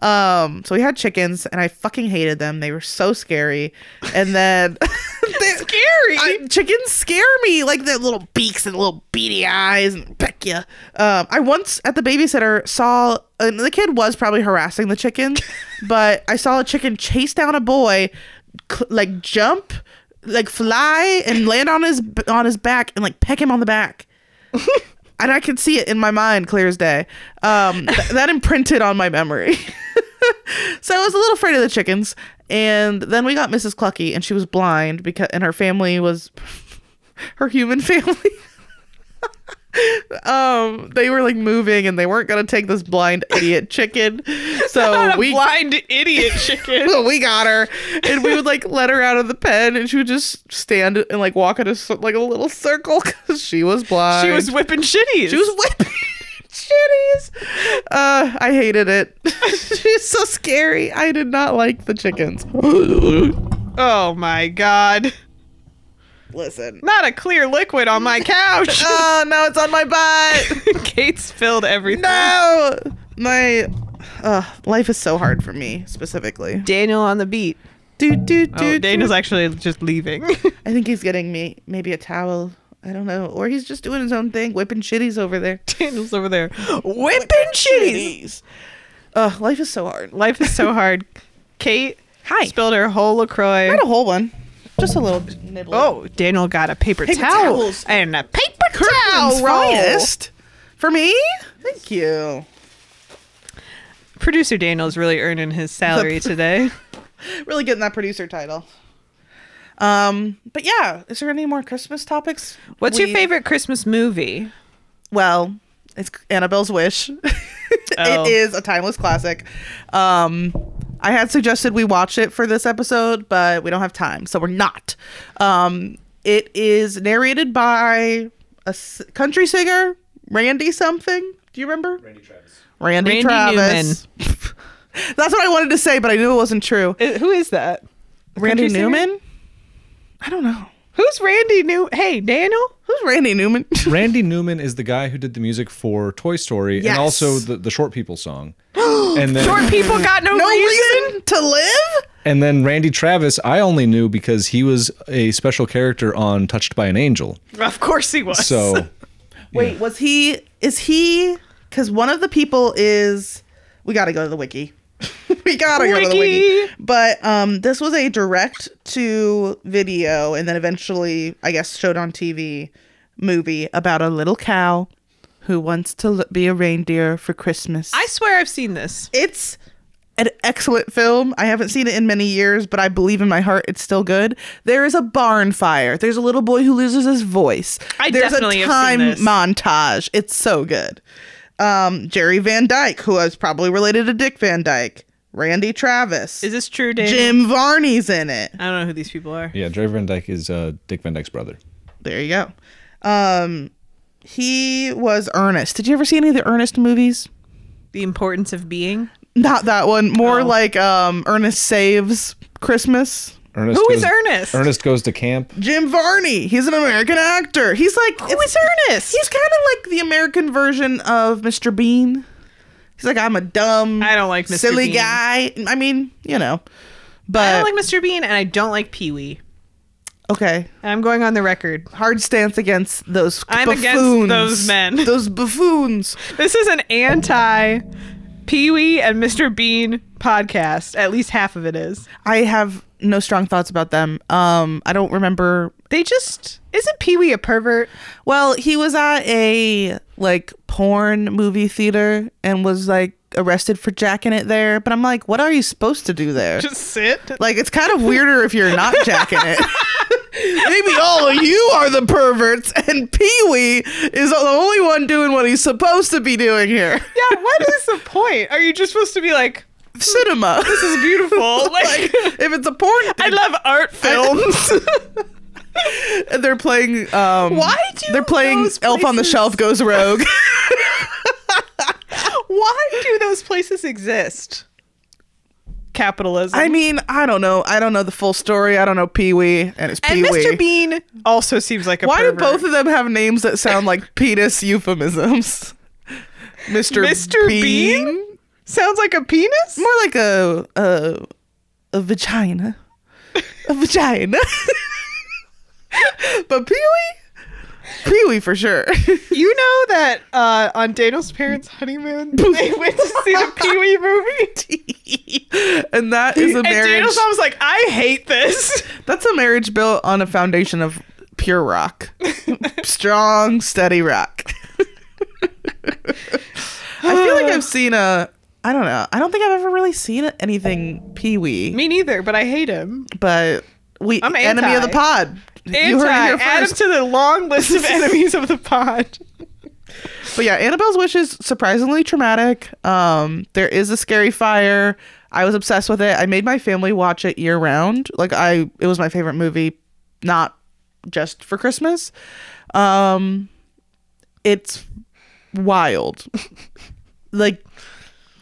Um, so we had chickens, and I fucking hated them. They were so scary. And then they-
Scary.
I- chickens scare me, like their little beaks and little beady eyes and peck ya. Um, I once at the babysitter saw, and the kid was probably harassing the chicken, but I saw a chicken chase down a boy, cl- like jump, like fly and land on his on his back and like peck him on the back. And I could see it in my mind, clear as day. Um, th- that imprinted on my memory. So I was a little afraid of the chickens. And then we got Mrs. Clucky, and she was blind because, and her family was her human family. um, they were like moving, and they weren't gonna take this blind idiot chicken. So we
blind idiot chicken.
so we got her, and we would like let her out of the pen, and she would just stand and like walk in a cir- like a little circle because she was blind.
she was whipping shitties.
She was whipping chitties. Uh, I hated it. She's so scary. I did not like the chickens.
Oh my god!
Listen.
Not a clear liquid on my couch.
Oh no, it's on my butt.
Kate spilled everything.
No, my uh, life is so hard for me specifically.
Daniel on the beat.
Do do
Oh,
do.
Daniel's actually just leaving.
I think he's getting me maybe a towel. I don't know, or he's just doing his own thing, whipping chitties over there.
Daniel's over there whipping shitties.
Ugh, life is so hard.
Life is so hard. Kate
Hi.
spilled her whole Lacroix.
Not a whole one, just a little nibble.
Oh, Daniel got a paper,
Paper
towel
towels.
and a paper
Kirkland's
towel roll.
finest. for me. Thank you.
Producer Daniel's really earning his salary today.
Really getting that producer title. Um, but yeah, is there any more Christmas topics?
What's
We-
your favorite Christmas movie?
Well, it's Annabelle's Wish.
Oh.
It is a timeless classic. Um, I had suggested we watch it for this episode, but we don't have time, so we're not. Um, it is narrated by a s- country singer, Randy something. Do you remember?
Randy Travis.
Randy,
Randy
Travis. That's what I wanted to say, but I knew it wasn't true.
Uh, Who is that?
Randy
country singer?
Newman? I don't know.
Who's Randy New? Hey, Daniel.
Who's Randy Newman?
Randy Newman is the guy who did the music for Toy Story
Yes.
and also the, the Short People song. and then
Short people got no,
no
reason.
reason to live?
and then Randy Travis, I only knew because he was a special character on Touched by an Angel.
Of course he was.
So
Wait, was he? Is he? Because one of the people is. We gotta go to the wiki. we gotta go to the wiki.
Wiki.
But um, this was a direct to video, and then eventually, I guess, showed on TV movie about a little cow who wants to l- be a reindeer for Christmas.
I swear I've seen this.
it's an excellent film. I haven't seen it in many years, but I believe in my heart it's still good. There is a barn fire. There's a little boy who loses his voice.
I
There's
definitely
a
have
time
seen this.
montage. It's so good. Um, Jerry Van Dyke, who is probably related to Dick Van Dyke, Randy Travis,
Is this true, Daniel?
Jim Varney's in it.
I don't know who these people are.
yeah, Jerry Van Dyke is uh, Dick Van Dyke's brother.
There you go. Um, he was Ernest. Did you ever see any of the Ernest movies?
The importance of being.
Not that one. More
Oh.
like um, Ernest Saves Christmas.
Ernest
Who
goes,
is Ernest?
Ernest goes to camp.
Jim Varney. He's an American actor. He's like who
is Ernest?
He's kind of like the American version of Mr. Bean. He's like I'm a dumb,
I don't like Mr.
silly
Bean.
guy. I mean, you know,
I
but
don't like Mr. Bean and I don't like Pee Wee.
okay.
I'm going on the record.
Hard stance against those.
I'm against
buffoons.
those men.
Those buffoons.
This is an anti Pee Wee and Mr. Bean podcast. At least half of it is.
I have no strong thoughts about them. Um, I don't remember
They just isn't Pee Wee a pervert?
Well, he was at a like porn movie theater and was like arrested for jacking it there. But I'm like, what are you supposed to do there?
Just sit.
like, it's kind of weirder if you're not jacking it. Maybe all of you are the perverts, and Pee Wee is the only one doing what he's supposed to be doing here.
Yeah, what is the point? Are you just supposed to be like
Cinema.
this is beautiful? Like,
if it's a porn,
I love art film.
And they're playing. Um,
Why do
they're playing
those
Elf on the
places-
Shelf Goes Rogue?
Why those places exist. Capitalism.
I mean, I don't know. I don't know the full story. I don't know Pee Wee, and it's Pee
and
Wee.
Mr. Bean also seems like a
Why do
pervert.
both of them have names that sound like penis euphemisms? Mr.
Mr. Bean? sounds like a penis?
More like a a, a vagina. A vagina. but Pee Wee? Pee Wee for sure.
You know that uh, on Daniel's parents' honeymoon, they went to see the Pee Wee movie.
and that is a
And
marriage.
Daniel's mom was like, "I hate this."
That's a marriage built on a foundation of pure rock. Strong, steady rock. I feel like I've seen a I don't know. I don't think I've ever really seen anything Pee Wee,
Me neither, but I hate him.
but we
I'm
enemy of the
anti.
pod. you heard it here
Anti- add him
first.
to the long list of enemies of the pod.
But yeah, Annabelle's Wish is surprisingly traumatic. Um, there is a scary fire. I was obsessed with it. I made my family watch it year round. Like I, it was my favorite movie, not just for Christmas. Um, it's wild. like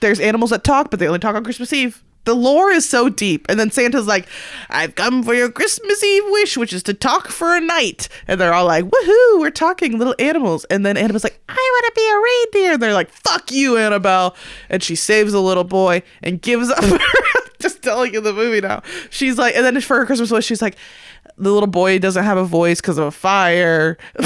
there's animals that talk, but they only talk on Christmas Eve. The lore is so deep. And then Santa's like, I've come for your Christmas Eve wish, which is to talk for a night. And they're all like, woohoo, we're talking little animals. And then Annabelle's like, I want to be a reindeer. And they're like, fuck you, Annabelle. And she saves the little boy and gives up just telling you the movie now. She's like, and then for her Christmas wish, she's like, the little boy doesn't have a voice because of a fire.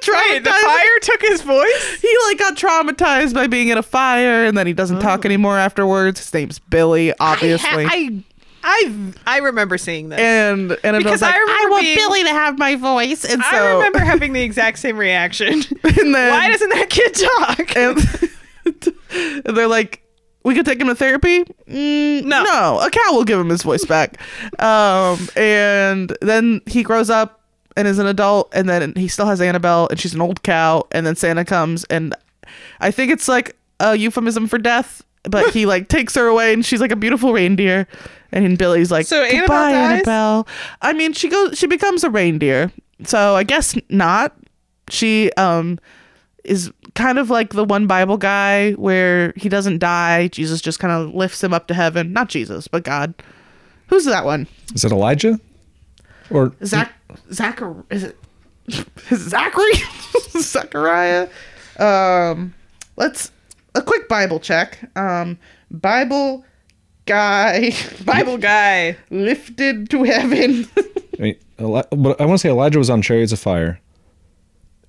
Trying
the fire took his voice.
he like got traumatized by being in a fire and then he doesn't talk anymore afterwards his name's billy obviously
Oh. I, I, I remember seeing this.
and and
Because
like,
I remember
want
being-
billy to have my voice and so
I remember having the exact same reaction.
and then
Why doesn't that kid talk?
and, and they're like we could take him to therapy mm,
No.
no a cow will give him his voice back um and then he grows up and is an adult and then he still has annabelle and she's an old cow and then santa comes and i think it's like a euphemism for death but he like takes her away and she's like a beautiful reindeer and billy's like
So Annabelle
goodbye
dies?
annabelle i mean she goes she becomes a reindeer so i guess not she um is kind of like the one Bible guy where he doesn't die. Jesus just kind of lifts him up to heaven. Not Jesus, but God. Who's that one?
Is it Elijah? Or
Zach Zachar is it Zachary Zachariah? Um let's a quick Bible check. Um Bible guy Bible
guy.
lifted to heaven.
I mean, Eli- but I want to say Elijah was on chariots of fire.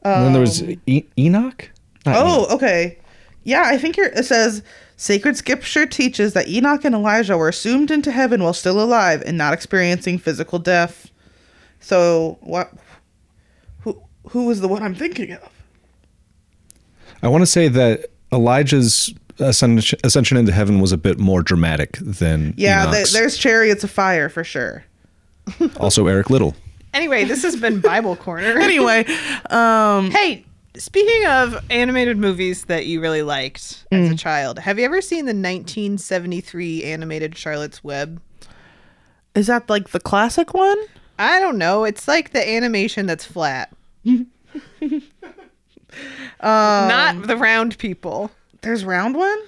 and then there was
Oh.
e- Enoch. Not Enoch.
Oh, okay. Yeah, I think you're, it says sacred scripture teaches that Enoch and Elijah were assumed into heaven while still alive and not experiencing physical death. So what? Who who was the one I'm thinking of?
I want to say that Elijah's ascension, ascension into heaven was a bit more dramatic than
Yeah, th-
Enoch's.
there's chariots of fire for sure.
also Eric Little.
Anyway, this has been Bible Corner.
Anyway, um,
Hey, speaking of animated movies that you really liked as a child, have you ever seen the 1973 animated Charlotte's Web?
is that like the classic one?
I don't know. It's like the animation that's flat. Um, Not the round people.
There's round one.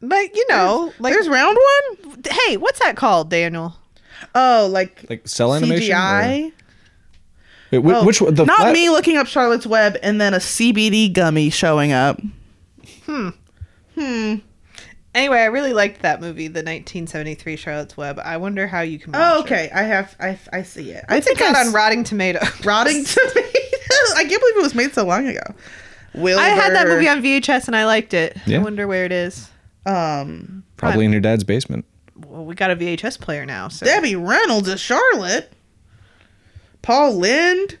But you know, like
there's round one.
hey, what's that called, Daniel?
Oh, like,
Like cell animation? or-
CGI.
Wait, whi-
Oh,
which one? The
not
flat-
me looking up Charlotte's Web and then a CBD gummy showing up.
Anyway, I really liked that movie, the 1973 Charlotte's Web. I wonder how you can watch
Oh,
it.
okay. I have. I, I see it. I
It's
think I
got
s-
on Rotting Tomato.
rotting tomatoes. I can't believe it was made so long ago. Wilbur.
I had that movie on VHS and I liked it.
Yeah.
I wonder where it is.
Um,
Probably in your dad's basement.
Well, we got a VHS player now, so
Debbie Reynolds as Charlotte. Paul Lind.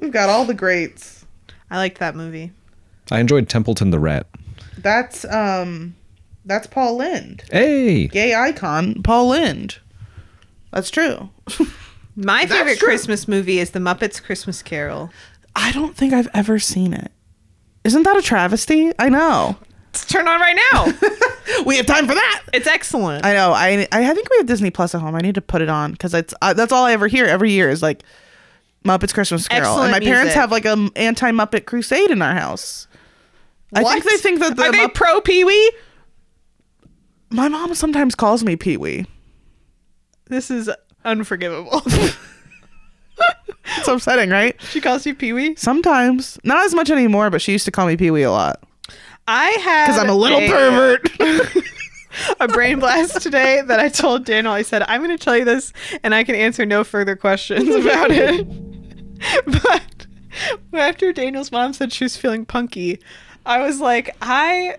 We've got all the greats.
I liked that movie.
I enjoyed Templeton the Rat.
That's um, that's Paul Lind,
Hey,
gay icon Paul Lind. That's true.
My favorite
true.
Christmas movie is The Muppets Christmas Carol.
I don't think I've ever seen it. Isn't that a travesty? I know.
It's turned on right now.
We have time for that.
it's excellent.
I know. I I think we have Disney Plus at home. I need to put it on because it's uh, that's all I ever hear every year is like Muppets Christmas Carol,
Excellent
and my parents
music.
have like an anti Muppet crusade in our house. I think they think that the
Are they
Mupp-
pro Pee Wee?
My mom sometimes calls me Pee Wee.
This is unforgivable.
It's upsetting, right?
she calls you Pee Wee.
Sometimes. Not as much anymore, but she used to call me Pee Wee a lot.
I had
Because I'm a little pervert.
a brain blast today that I told Daniel. I said, I'm going to tell you this, and I can answer no further questions about it. but after Daniel's mom said she was feeling punky, I was like, I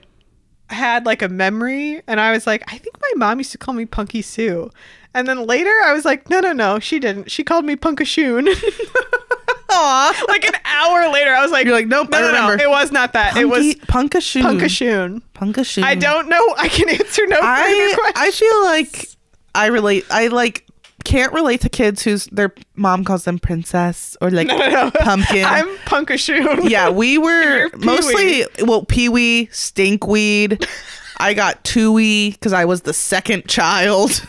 had like a memory, and I was like, I think my mom used to call me Punky Sue. And then later, I was like, no, no, no, she didn't. She called me Punkashoon.
Aw.
like an hour later, I was like,
You're like, nope,
no,
I
no,
remember.
no, it was not that. it was
Punkashoon.
Punkashoon.
Punkashoon.
I don't know. I can answer no further
Mm. I
questions.
I feel like I relate. I like can't relate to kids whose their mom calls them princess or like pumpkin.
I'm punkashoon.
yeah, we were
You're Pee-wee.
mostly well peewee, stinkweed. I got twoey because I was the second child.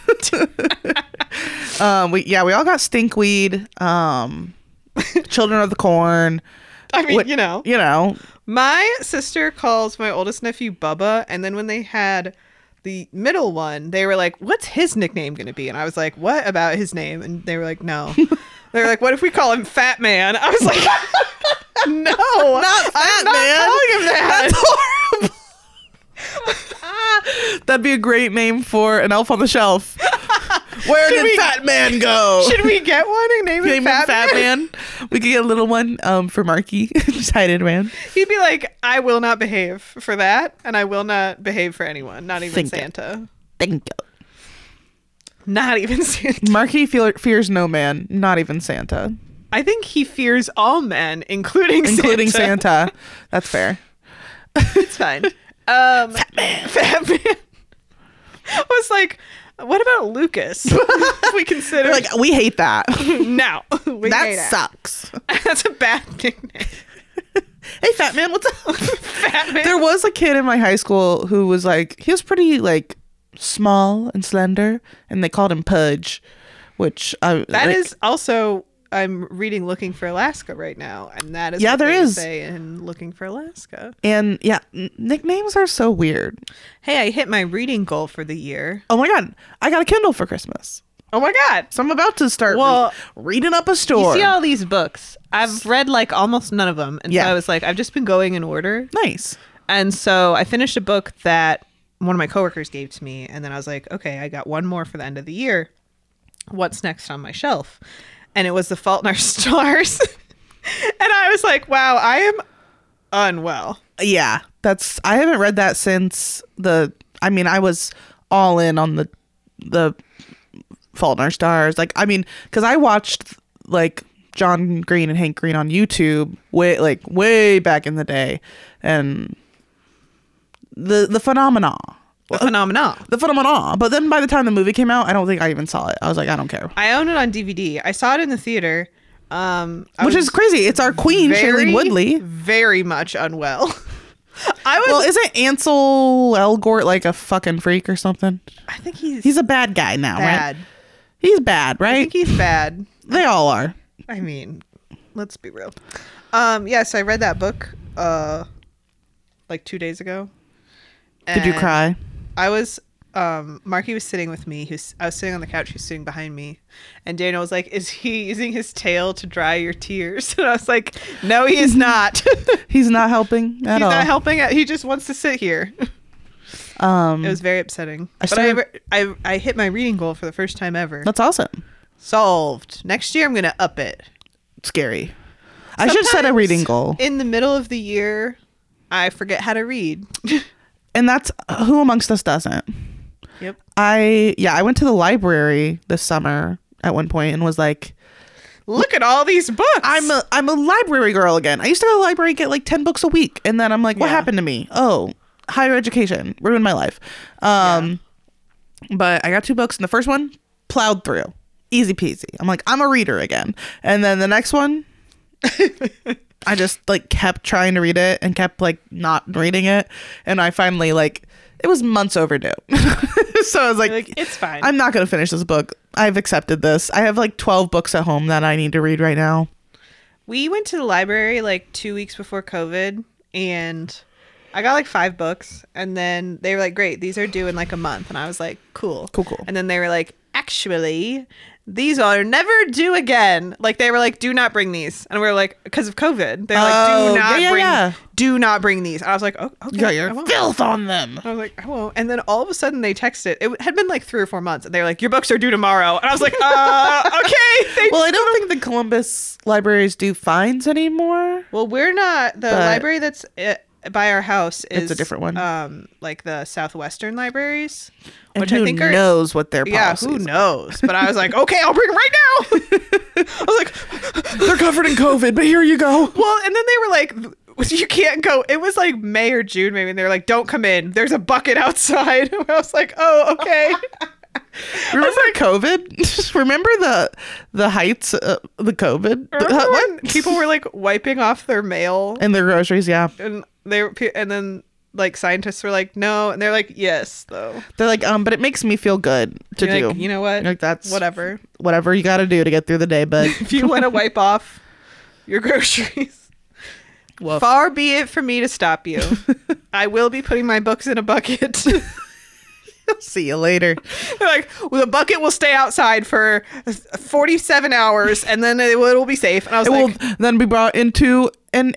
um, we yeah, we all got stinkweed. Um, children of the corn.
I mean,
What-
you know.
You know,
My sister calls my oldest nephew Bubba, and then when they had the middle one, they were like, "What's his nickname going to be?" And I was like, "What about his name?" And they were like, "No." they were like, "What if we call him Fat Man?" I was like, "No,
not fat
I'm not
man.
calling him that."
That's horrible. That'd be a great name for an elf on the shelf. Where did
we-
Fat Man go?
Should we get one and name
Name
him
him
Fat, Man?
We could get a little one um, for Marky. Just hide it around.
He'd be like, "I will not behave for that, and I will not behave for anyone, not even
Think it.
Santa,
Thank
not even Santa."
you. Marky fear- fears no man, not even Santa,
I think he fears all men, including
including
Santa.
Santa. That's fair.
It's fine. Um, Fat man. Fat man. I was like, what about Lucas? we consider
Like we hate that.
no. We hate
that
it.
sucks.
That's a bad nickname.
Hey, Fat Man, what's up?
Fat man.
there was a kid in my high school who was like he was pretty like small and slender and they called him pudge which i
that is also. I'm reading Looking for Alaska right now, and that is
Yeah,
what
there
they
is.
say in Looking for Alaska.
and yeah n- nicknames are so weird
Hey, I hit my reading goal for the year.
oh my god i got a kindle for christmas
Oh my god!
so i'm about to start re-
Well,
reading up a
You
store
see all these books. I've read like almost none of them, and
Yeah.
so I was like, I've just been going in order.
nice
And so I finished a book that one of my coworkers gave to me, and then I was like, okay, I got one more for the end of the year. What's next on my shelf? And it was The Fault in Our Stars. and I was like, wow, I am unwell.
yeah that's i haven't read that since the i mean i was all in on the the fault in our stars like i mean because i watched like john green and hank green on youtube way like way back in the day and the the phenomena
The phenomenon.
the phenomena but then by the time the movie came out i don't think i even saw it i was like i don't care
I own it on DVD. I saw it in the theater. Um, I
which
was
is crazy it's our queen shailene woodley
very much unwell. I was.
well isn't ansel elgort like a fucking freak or something
I think he's,
he's a bad guy now right
bad.
He's bad,
I think
right?
he's bad.
they all are.
I mean, let's be real. Um, yeah, so I read that book uh like two days ago.
Did you
And
cry?
I was um Marky was sitting with me, who's I was sitting on the couch, he's sitting behind me, and Daniel was like, Is he using his tail to dry your tears? And I was like, No, he is not. he's
He's not helping at all.
not helping it. He just wants to sit here.
um,
It was very upsetting.
I
but I,
started-
I I hit my reading goal for the first time ever.
that's awesome.
Solved. Next year I'm gonna up it.
Scary. I should set a
Sometimes
reading goal,
In the middle of the year, I forget how to read.
and that's uh, who amongst us doesn't.
yep.
I yeah, I went to the library this summer at one point and was like,
Look at all these books.
I'm a I'm a library girl again. I used to go to the library and get like ten books a week, and then I'm like, what
Yeah.
happened to me? Oh, higher education ruined my life. Um, but I got two books, and the first one plowed through, easy peasy. I'm like, I'm a reader again, and then the next one, I just like kept trying to read it and kept like not reading it, and I finally like it was months overdue. so I was like,
like it's fine.
I'm not gonna finish this book. I've accepted this. I have like 12 books at home that I need to read right now.
we went to the library like two weeks before COVID, and I got like five books, and then they were like, "Great, these are due in like a month," and I was like, "Cool,
Cool, cool.
And then they were like, "Actually, these are never due again." Like they were like, "Do not bring these," and we were like, "Because of COVID." They're like,
Oh,
"Do not
yeah, yeah,
bring,
yeah.
do not bring these." And I was like, "Oh, okay,
Got
I
your
won't."
filth on them.
I was like, I won't. And then all of a sudden they texted. It had been like three or four months, and they were like, "Your books are due tomorrow." And I was like, "Uh, okay." They
Well, I don't think the Columbus libraries do fines anymore.
Well, we're not the
But-
library that's uh, by our house. Is,
a different one.
Um, like the Southwestern libraries,
And
which
who
I think are
knows what their
yeah,
policies?
who knows? But I was like, okay, I'll bring it right now. I was like,
They're covered in COVID, but here you go.
well, and then they were like, you can't go. It was like May or June, maybe. And they were like, don't come in. There's a bucket outside. I was like, oh, okay.
uh, Remember COVID? Remember the the heights, uh, the COVID, The-
Remember
huh,
when people were like wiping off their mail
and their groceries. Yeah,
and they were, pe- and then like scientists were like, no, and they're like, yes, though.
they're like, um, but it makes me feel good to
You're
do.
like, you know what?
like that's
Whatever.
whatever you got to do to get through the day. But
if you want to wipe off your groceries.
Woof.
Far be it from me to stop you. I will be putting my books in a bucket. They're
see you later.
like, well, the bucket will stay outside for 47 hours and then it will, it will be safe. And I was
It
like,
will then be brought into an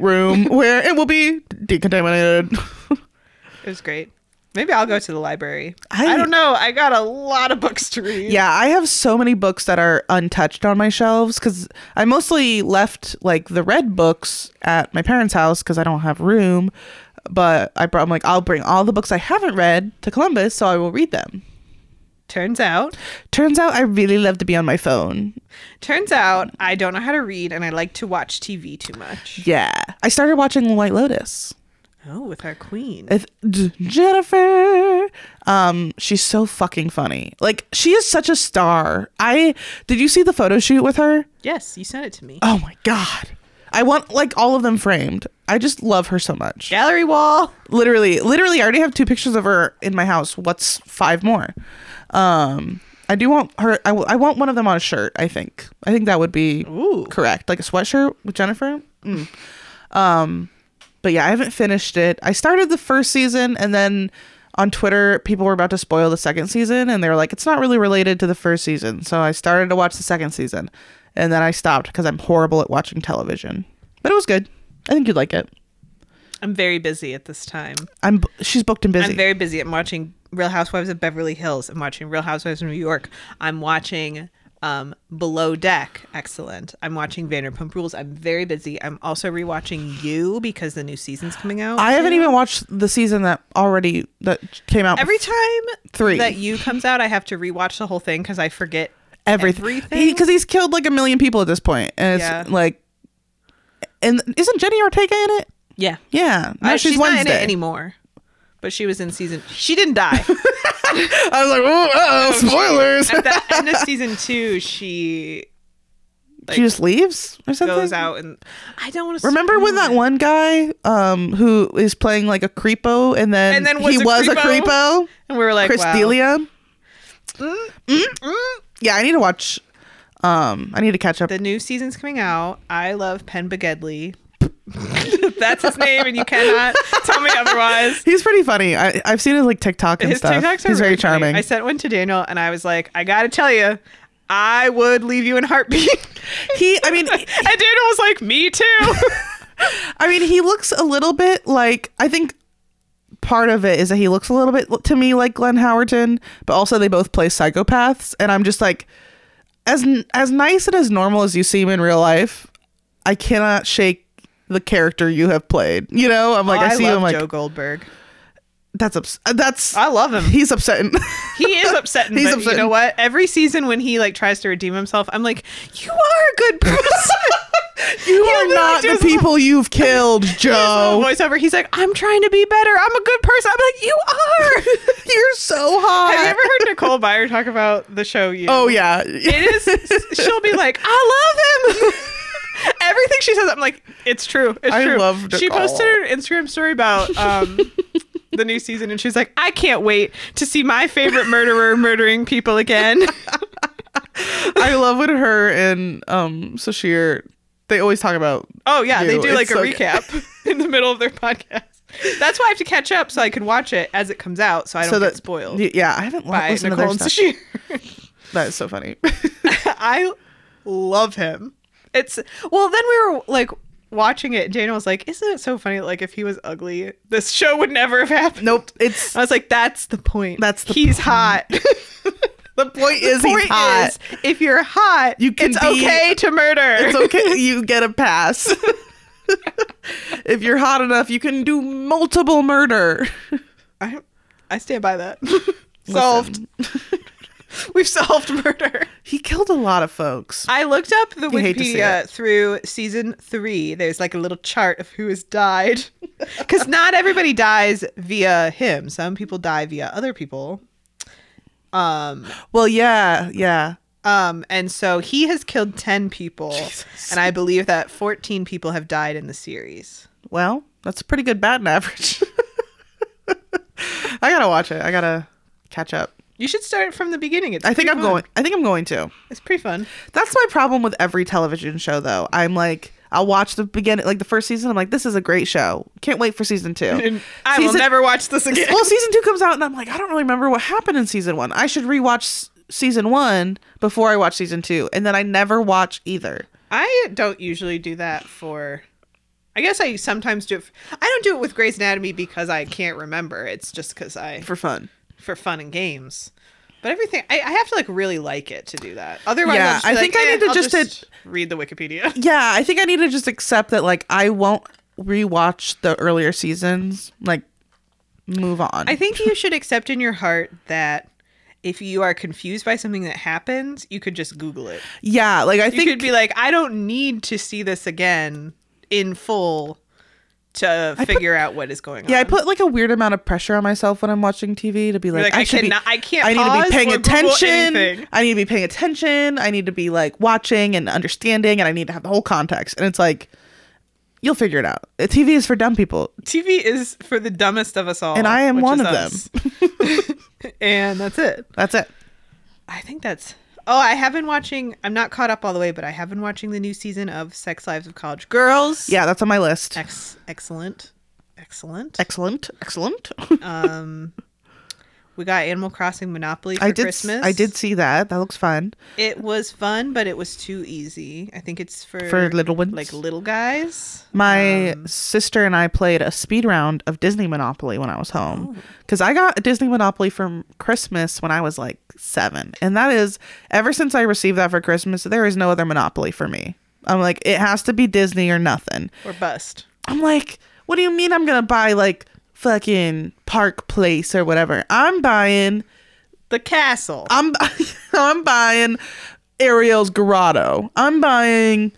room where it will be decontaminated.
it was great. Maybe I'll go to the library. I,
I-
don't know. I got a lot of books to read.
Yeah, I have so many books that are untouched on my shelves because I mostly left like the red books at my parents' house because I don't have room. But I brought, I'm like, I'll bring all the books I haven't read to Columbus, so I will read them.
Turns out,
Turns out I really love to be on my phone.
turns out I don't know how to read and I like to watch TV too much.
Yeah. I started watching White Lotus.
Oh, with our queen.
If- J- Jennifer. Um, she's so fucking funny. Like, she is such a star. I did you see the photo shoot with her?
Yes, you sent it to me.
Oh my god. I want like all of them framed. I just love her so much.
Gallery wall.
Literally, literally I already have two pictures of her in my house. What's five more? Um I do want her I, w- I want one of them on a shirt, I think. I think that would be
Ooh.
correct. Like a sweatshirt with Jennifer. Mm. Um but yeah, I haven't finished it. I started the first season and then on Twitter, people were about to spoil the second season and they were like, it's not really related to the first season. So I started to watch the second season and then I stopped because I'm horrible at watching television. But it was good. I think you'd like it.
I'm very busy at this time.
I'm bu- she's booked and busy.
I'm very busy. I'm watching Real Housewives of Beverly Hills. I'm watching Real Housewives of New York. I'm watching um, Below Deck. Excellent. I'm watching Vanderpump Rules. I'm very busy. I'm also rewatching You because the new season's coming out.
I haven't even watched the season that already that came out.
Every time
Three.
that You comes out, I have to rewatch the whole thing because I forget everything.
because he's killed like a million people at this point, and it's
Yeah.
like, and isn't Jenny Ortega in it?
Yeah.
Yeah, no,
I-
she's,
Uh, not
Wednesday.
in it anymore. But she was in season. She didn't die.
I was like, oh, uh-oh, spoilers.
At the end of season two, she
she just leaves or something.
goes out Mm. and I don't want to
Remember when that one guy um who is playing like a creepo and then,
And then was
he
a
was a
creepo?
creepo?
And we were like,
Chris
wow. Mm,
Delia. Mm? Yeah, I need to watch um I need to catch up.
The new season's coming out. I love Penn Begedley. That's his name, and you cannot tell me otherwise.
He's pretty funny. I, I've seen his like TikTok and
His
stuff.
TikToks are
He's very
really funny.
charming.
I sent one to Daniel, and I was like, I gotta tell you, I would leave you in a heartbeat.
He, I
and
mean,
Daniel was like, me too.
I mean, he looks a little bit like I think part of it is that he looks a little bit to me like Glenn Howerton, but also they both play psychopaths, and I'm just like, as as nice and as normal as you seem in real life, I cannot shake the character you have played. You know, I'm like, I,
Oh, I
see
love
him like
Joe Goldberg.
that's ups- that's
I love him.
he's upsetting.
He is upsetting.
He's
but You
upsetting.
know what? Every season when he like tries to redeem himself, I'm like, you are a good person. He'll
you are
be like,
not the
just-
people you've killed, Joe.
His little voiceover. He's like, I'm trying to be better. I'm a good person. I'm like, you are.
You're so hot.
Have you ever heard Nicole Byer talk about the show you?
Oh yeah.
It is she'll be like, I love him. Everything she says, I'm like, it's true. It's
I
true.
love
she
Nicole.
posted her Instagram story about um the new season and she's like, I can't wait to see my favorite murderer murdering people again.
I love when her and um Sashir they always talk about
Oh yeah, they
Ew,
do like
it's
a
so good.
recap in the middle of their podcast. That's why I have to catch up so I can watch it as it comes out, so I don't
so
get
that
spoiled
y- Yeah, I haven't
by
listened
Nicole and
to their stuff.
Sashir.
That is so funny.
I love him. It's well, then we were like watching it. and Dana was like, "Isn't it so funny? Like, if he was ugly, this show would never have happened."
nope. It's
I was like, "That's the point.
That's the
he's hot.
the point is he's
point
hot.
is, if you're hot,
You can
it's
be-
okay to murder.
It's okay. You get a pass. if you're hot enough, you can do multiple murder.
I, I stand by that. solved.
Listen,
We've solved murder.
He killed a lot of folks.
I looked up the
You hate to see
Wikipedia through season three. There's like a little chart of who has died. Because not everybody dies via him. Some people die via other people. Um,
Well, yeah, yeah.
um, and so he has killed 10 people.
Jesus.
And I believe that 14 people have died in the series.
Well, that's a pretty good batting average. I gotta watch it. I gotta catch up.
You should start from the beginning. It's
I think
pretty
I'm
fun.
going. I think I'm going to.
It's pretty fun.
That's my problem with every television show, though. I'm like, I'll watch the beginning, like the first season. I'm like, this is a great show. Can't wait for season two.
I will
Season-
never watch this again.
well, season two comes out, and I'm like, I don't really remember what happened in season one. I should rewatch s- season one before I watch season two, and then I never watch either.
I don't usually do that for. I guess I sometimes do it. For, I don't do it with Grey's Anatomy because I can't remember. It's just because I for,
For fun,
fun and games. But everything I, I have to like really like it to do that. Otherwise,
Yeah,
I'll just be
I
like,
think I
"Eh,
need to
I'll
just
just,
ad-
read the Wikipedia.
yeah, I think I need to just accept that, like, I won't rewatch the earlier seasons. Like, move on.
I think you should accept in your heart that if you are confused by something that happens, you could just Google it.
yeah, like I
You
think
could be like, I don't need to see this again in full to figure out what is going on.
Yeah, I put like a weird amount of pressure on myself when I'm watching TV to be like,
like,
I,
I
should
cannot-
be,
I can't
I need to
pause
be paying
or Google anything.
attention. I need to be paying attention. I need to be like watching and understanding, and I need to have the whole context. And it's like, you'll figure it out. Uh, TV is for dumb people.
TV is for the dumbest of us all,
And I am
which
one
is
of
us. and that's it.
That's it.
I think that's. Oh, I have been watching. I'm not caught up all the way, but I have been watching the new season of Sex Lives of College Girls.
Yeah, that's on my list.
Ex- excellent, excellent.
Excellent, excellent.
um, we got Animal Crossing Monopoly for
I did.
Christmas.
I did see that. That looks fun.
It was fun, but it was too easy. I think it's for
For little ones.
like little guys.
My sister and I played a speed round of Disney Monopoly when I was home because I got a Disney Monopoly from Christmas when I was like seven, and that is ever since I received that for Christmas, there is no other Monopoly for me. I'm like, it has to be Disney or nothing.
Or bust.
I'm like, what do you mean I'm gonna buy like fucking Park Place or whatever? I'm buying,
The castle.
I'm, bu- I'm buying Ariel's Grotto. I'm buying,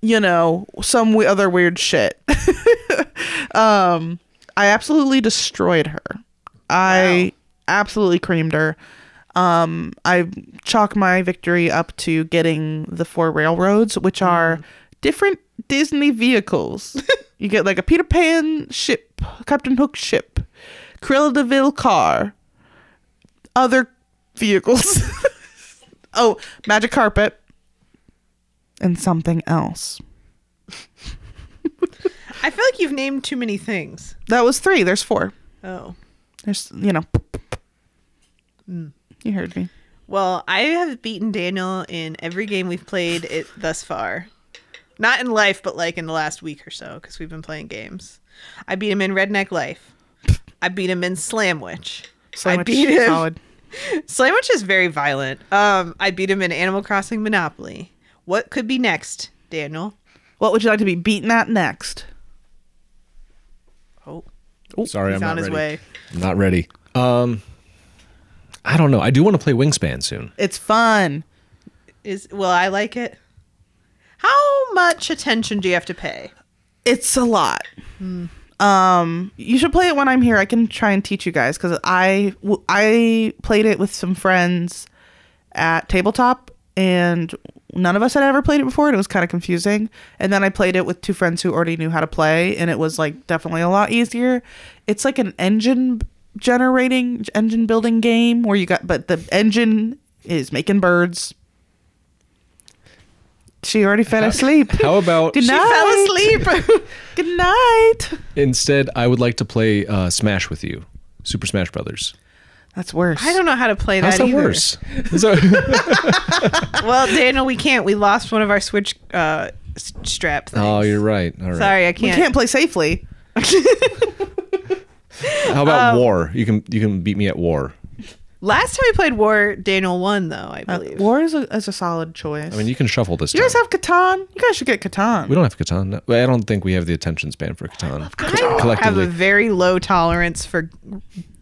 you know, some w- other weird shit. Um, I absolutely destroyed her. I absolutely creamed her. Um, I chalk my victory up to getting the four railroads, which are different Disney vehicles. you get like a Peter Pan ship, Captain Hook ship, Cruella de Vil car, other vehicles. oh, magic carpet, and something else.
I feel like you've named too many things.
That was three. There's four.
Oh.
There's, you know. You heard me.
Well, I have beaten Daniel in every game we've played it thus far. Not in life, but like in the last week or so, because we've been playing games. I beat him in Redneck Life. I beat him in Slamwich. I
Sandwich,
beat him.
Solid.
Slamwich is very violent. Um, I beat him in Animal Crossing Monopoly. What could be next, Daniel?
What would you like to be beaten at next?
Oh,
Sorry,
he's
I'm
on
not
his
ready.
way.
I'm not ready. Um, I don't know. I do want to play Wingspan soon.
It's fun.
Is will I like it? How much attention do you have to pay?
It's a lot. Um, you should play it when I'm here. I can try and teach you guys because I w- I played it with some friends at tabletop, and none of us had ever played it before, and it was kind of confusing. And then I played it with two friends who already knew how to play, and it was like definitely a lot easier. It's like an engine generating, engine building game where you got, but the engine is making birds. She already fell asleep.
How about
Good night.
She fell asleep.
Good night.
instead? I would like to play uh, Smash with you, Super Smash Brothers.
That's worse.
I don't know how to play that
How's that
either.
worse? Is that-
Well, Daniel, we can't. We lost one of our switch uh, s- strap things.
oh, you're right. All right.
Sorry, I
We
can't.
can't play safely.
How
Um,
about War? You can you can beat me at War.
Last time we played War, Daniel won though. I believe.
Uh, War is a, is a solid choice.
I mean, you can shuffle this.
you
time.
guys have Catan. You guys should get Catan.
we don't have Catan. No, I don't think we have the attention span for Catan.
I have a very low tolerance for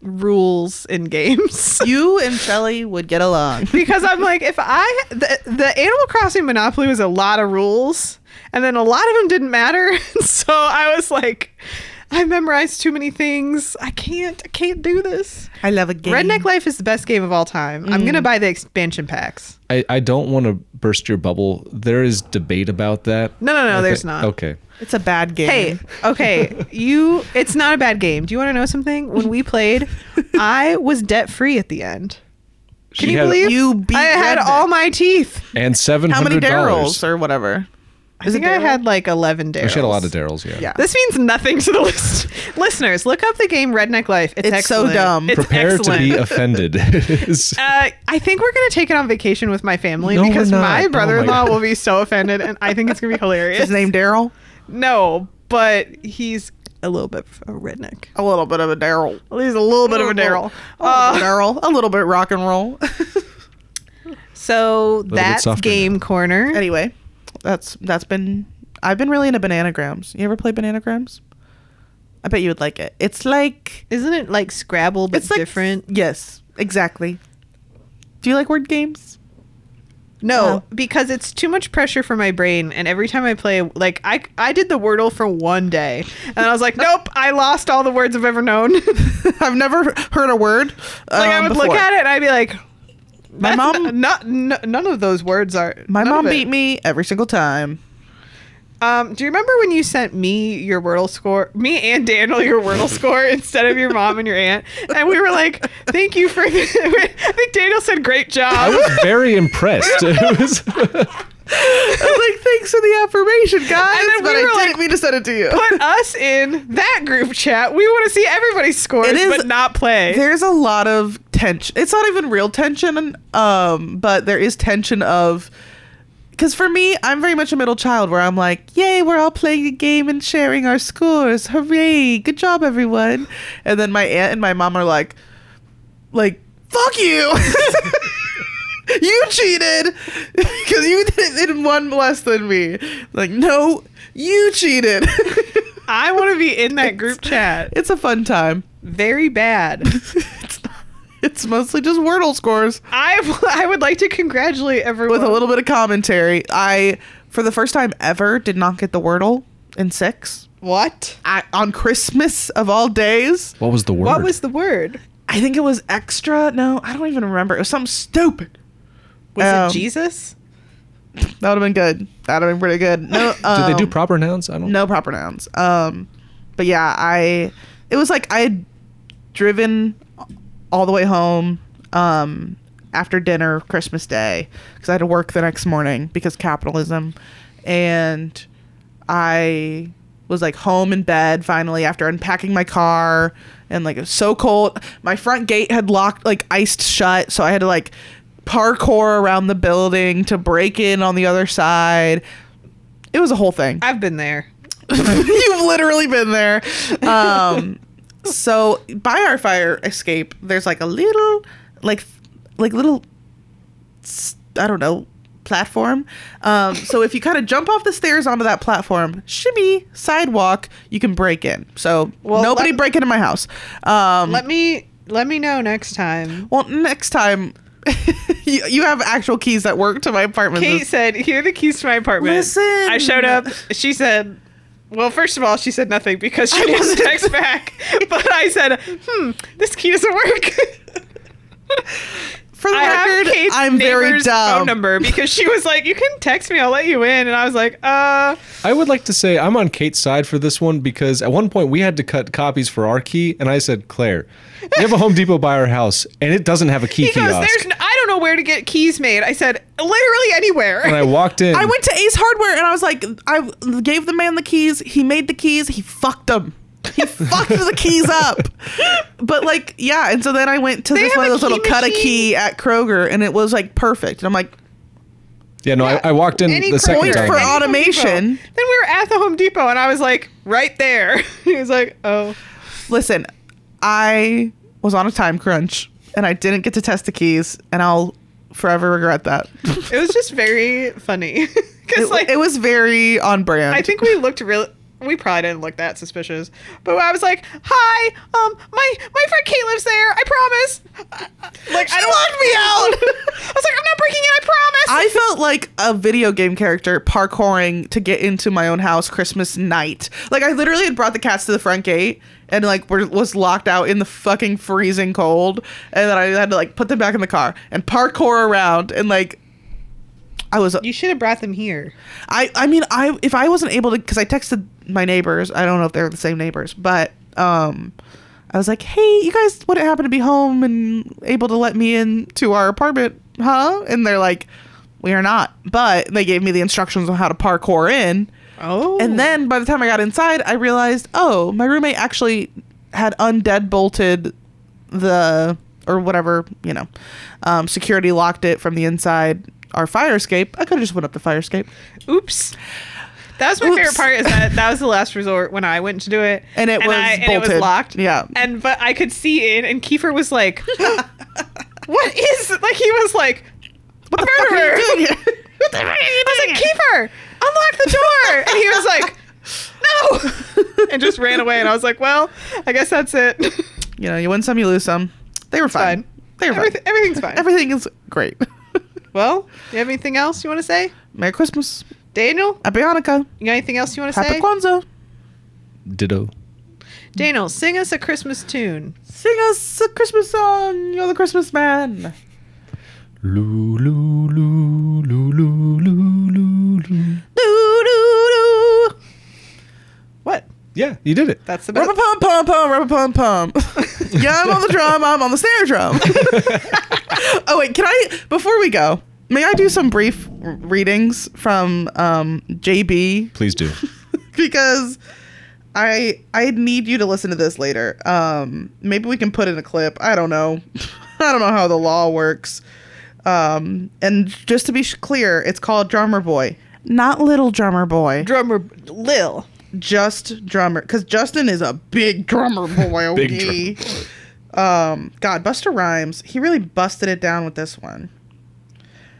rules in games.
you and Shelly would get along.
because I'm like, if I the, the Animal Crossing Monopoly was a lot of rules, and then a lot of them didn't matter, so I was like, I memorized too many things. I can't, I can't do this.
I love a game.
Redneck Life is the best game of all time. I'm
Mm.
gonna buy the expansion packs.
I, I don't want to burst your bubble. There is debate about that.
No, no, no,
I thi-
there's not.
Okay.
It's a bad game.
Hey, okay, you. It's not a bad game. Do you want to know something? When we played, I was debt free at the end. Can
She
you
had-
believe
You beat
I had
Redneck.
all my teeth?
And seven
How many
hundred
Daryls
dollars.
or whatever?
I think I had like eleven days.
Oh, She had a lot of Daryls. Yeah.
Yeah.
This means nothing to the list. listeners. Look up the game Redneck Life. It's,
It's so
excellent.
dumb.
It's
Prepare
excellent.
to be offended. Is-
Uh, I think we're gonna take it on vacation with my family
No,
because
we're not.
my
Oh my
brother-in-law
God.
will be so offended, and I think it's gonna be hilarious.
His name Daryl.
No, but he's a little bit of a redneck.
A little bit of a Daryl.
He's a little bit of a Daryl. Uh,
Daryl. A little bit rock and roll.
so
bit
that's
softer.
game corner.
anyway, that's that's been. I've been really into Bananagrams. You ever play Bananagrams? I bet you would like it. It's like
Isn't it like Scrabble but
it's like
different?
Yes, exactly. Do you like word games?
No,
Oh.
because it's too much pressure for my brain. And every time I play, like I I did the Wordle for one day, and I was like, nope, I lost all the words I've ever known. like
I've never heard a word.
I
um,
would look
before.
at it, and I'd be like,
My
that's
mom-
n- not n- none of those words are.
My
none
mom
of it.
beat me every single time.
Um, do you remember when you sent me your Wordle score, me and Daniel your Wordle score instead of your mom and your aunt, and we were like, thank you for. I think Daniel said, great
I
job.
was very impressed. It was-
I was like, thanks for the affirmation, guys.
And then we
but I
were
didn't
like,
mean to send it to you.
Put us in that group chat. We want to see everybody's scores,
It is-
but not play.
There's a lot of tension. It's not even real tension, um, but there is tension of. Because for me, I'm very much a middle child where I'm like, yay, we're all playing a game and sharing our scores. Hooray. Good job, everyone. And then my aunt and my mom are like, like, fuck you. you cheated because you did it in one less than me. Like, no, you cheated.
I want to be in that group chat.
it's a fun time.
Very bad.
it's, not- it's mostly just Wordle scores
I, w- I would like to congratulate everyone.
with a little bit of commentary. I, for the first time ever, did not get the Wordle in six.
what?
I, on Christmas of all days,
what was the word?
What was the word?
I think it was extra. No, I don't even remember. It was something stupid.
Was
Um,
it Jesus?
That would have been good. That would have been pretty good. No,
Did they do
um,
proper nouns? I don't.
no proper nouns. Um, but yeah, I it was like I had driven all the way home um, after dinner Christmas Day because I had to work the next morning because capitalism, and I was like home in bed finally after unpacking my car and like it was so cold. My front gate had locked like iced shut, so I had to like parkour around the building to break in on the other side. It was a whole thing.
I've been there.
You've literally been there. Um, so by our fire escape, there's like a little, like, like little, s- I don't know, platform. Um, so if you kind of jump off the stairs onto that platform, shimmy sidewalk, you can break in. So
Well,
nobody
let-
break into my house. Um,
Let me let me know next time.
well, next time. you, you have actual keys that work to my apartment.
Kate said, "Here are the keys to my apartment."
Listen.
I showed up. She said, "Well, first of all, she said nothing because she didn't
wasn't-
text back." But I said, "Hmm, this key doesn't work."
For the
I have
record,
Kate's
I'm very
neighbor's
dumb.
phone number because she was like, "You can text me. I'll let you in." And I was like, "Uh."
I would like to say I'm on Kate's side for this one because at one point we had to cut copies for our key, and I said, Claire, we have a Home Depot by our house, and it doesn't have a key
He goes,
kiosk.
"There's. N- I don't know where to get keys made. I said, literally anywhere.
When I walked in,
I went to Ace Hardware and I was like, I gave the man the keys. He made the keys. He fucked them. He fucked the keys up. But like, yeah. And so then I went to this
have
one of
a
those little
key
cut a
machine?
key at Kroger, and it was like perfect. And I'm like,
Yeah, no, I, I walked in
Any
the second
corner,
time.
for
any Home
automation.
Depot. Then we were at the Home Depot and I was like, right there. he was like, oh.
listen, I was on a time crunch and I didn't get to test the keys, and I'll forever regret that.
It was just very funny. Because,
It,
like,
it was very on brand.
I think we looked real. We probably didn't look that suspicious, but I was like, "Hi, um, my my friend Kate lives there. I promise." Uh, Like I don't want me out. I was like, "I'm not breaking in. I promise."
I felt like a video game character parkouring to get into my own house Christmas night. Like I literally had brought the cats to the front gate and like were, was locked out in the fucking freezing cold, and then I had to like put them back in the car and parkour around and like. I was
you should have brought them here.
I I mean I if I wasn't able to because I texted my neighbors I don't know if they're the same neighbors but um I was like hey you guys wouldn't happen to be home and able to let me in to our apartment huh and they're like we are not but they gave me the instructions on how to parkour in
Oh,
and then by the time I got inside I realized oh my roommate actually had undead bolted the or whatever you know um, security locked it from the inside our fire escape I could have just went up the fire escape.
oops. Oh. That was my
Oops.
favorite part. Is that that was the last resort when I went to do it,
And it was
I- and it was
bolted.
locked.
Yeah.
and but I could see in, and Kiefer was like, "What is?" Like he was like,
What
a
the fuck are
murderer.
you doing here? What the fuck are
I
you
was
doing
like,
here?
Kiefer, unlock the door. And he was like, no. And just ran away. And I was like, well, I guess that's it.
You know, you win some, you lose some. They were fine.
Fine.
They were
Everyth-
fine.
everything's fine.
Everything is great.
well, you have anything else you want to say?
Merry Christmas.
Daniel,
Happy Hanukkah.
you got anything else you want to
Happy
say?
Kwanzaa.
Ditto.
Daniel, sing us a Christmas tune.
Sing us a Christmas song. You're the Christmas man.
Loo, loo, loo, loo, loo, loo, loo, loo.
Do do do.
What?
Yeah, you did it.
That's the
Rubber
best.
pum pum pum. Rubber pum pum. yeah, I'm on the drum. I'm on the snare drum. oh wait, can I? Before we go, may I do some brief r- readings from um, JB
Please do.
because I I need you to listen to this later. Um, maybe we can put in a clip. I don't know. I don't know how the law works. Um, and just to be sh- clear, it's called Drummer Boy, not Little Drummer Boy,
Drummer Lil.
just Drummer. Because Justin is a big drummer boy.
Big
okay? Um, God, Buster Rhymes, he really busted it down with this one.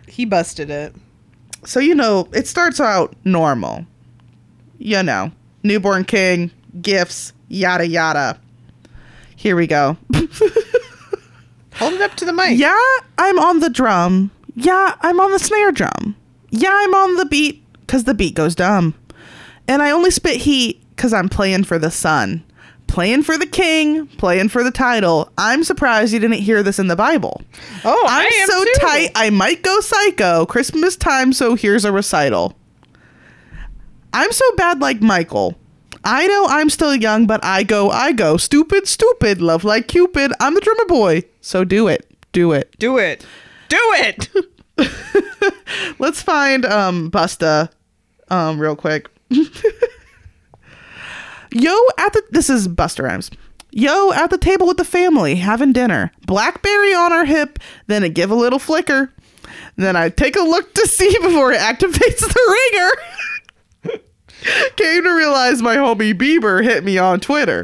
He busted it.
So you know, it starts out normal. You know, newborn king, gifts, yada yada. Here we go.
Hold it up to the mic.
yeah, I'm on the drum. Yeah, I'm on the snare drum. Yeah, I'm on the beat cuz the beat goes dumb. And I only spit heat cuz I'm playing for the sun. Playing for the king, playing for the title. I'm surprised you didn't hear this in the Bible.
Oh,
I'm
I am
so
too.
tight, I might go psycho. Christmas time, so here's a recital. I'm so bad like Michael. I know I'm still young, but I go, I go. Stupid, stupid, love like Cupid. I'm the drummer boy. So do it. Do it.
Do it. Do it.
Let's find um Busta um real quick. Yo at the this is Buster Rhymes. Yo at the table with the family having dinner. Blackberry on our hip, then it give a little flicker. Then I take a look to see before it activates the ringer. Came to realize my homie Bieber hit me on Twitter.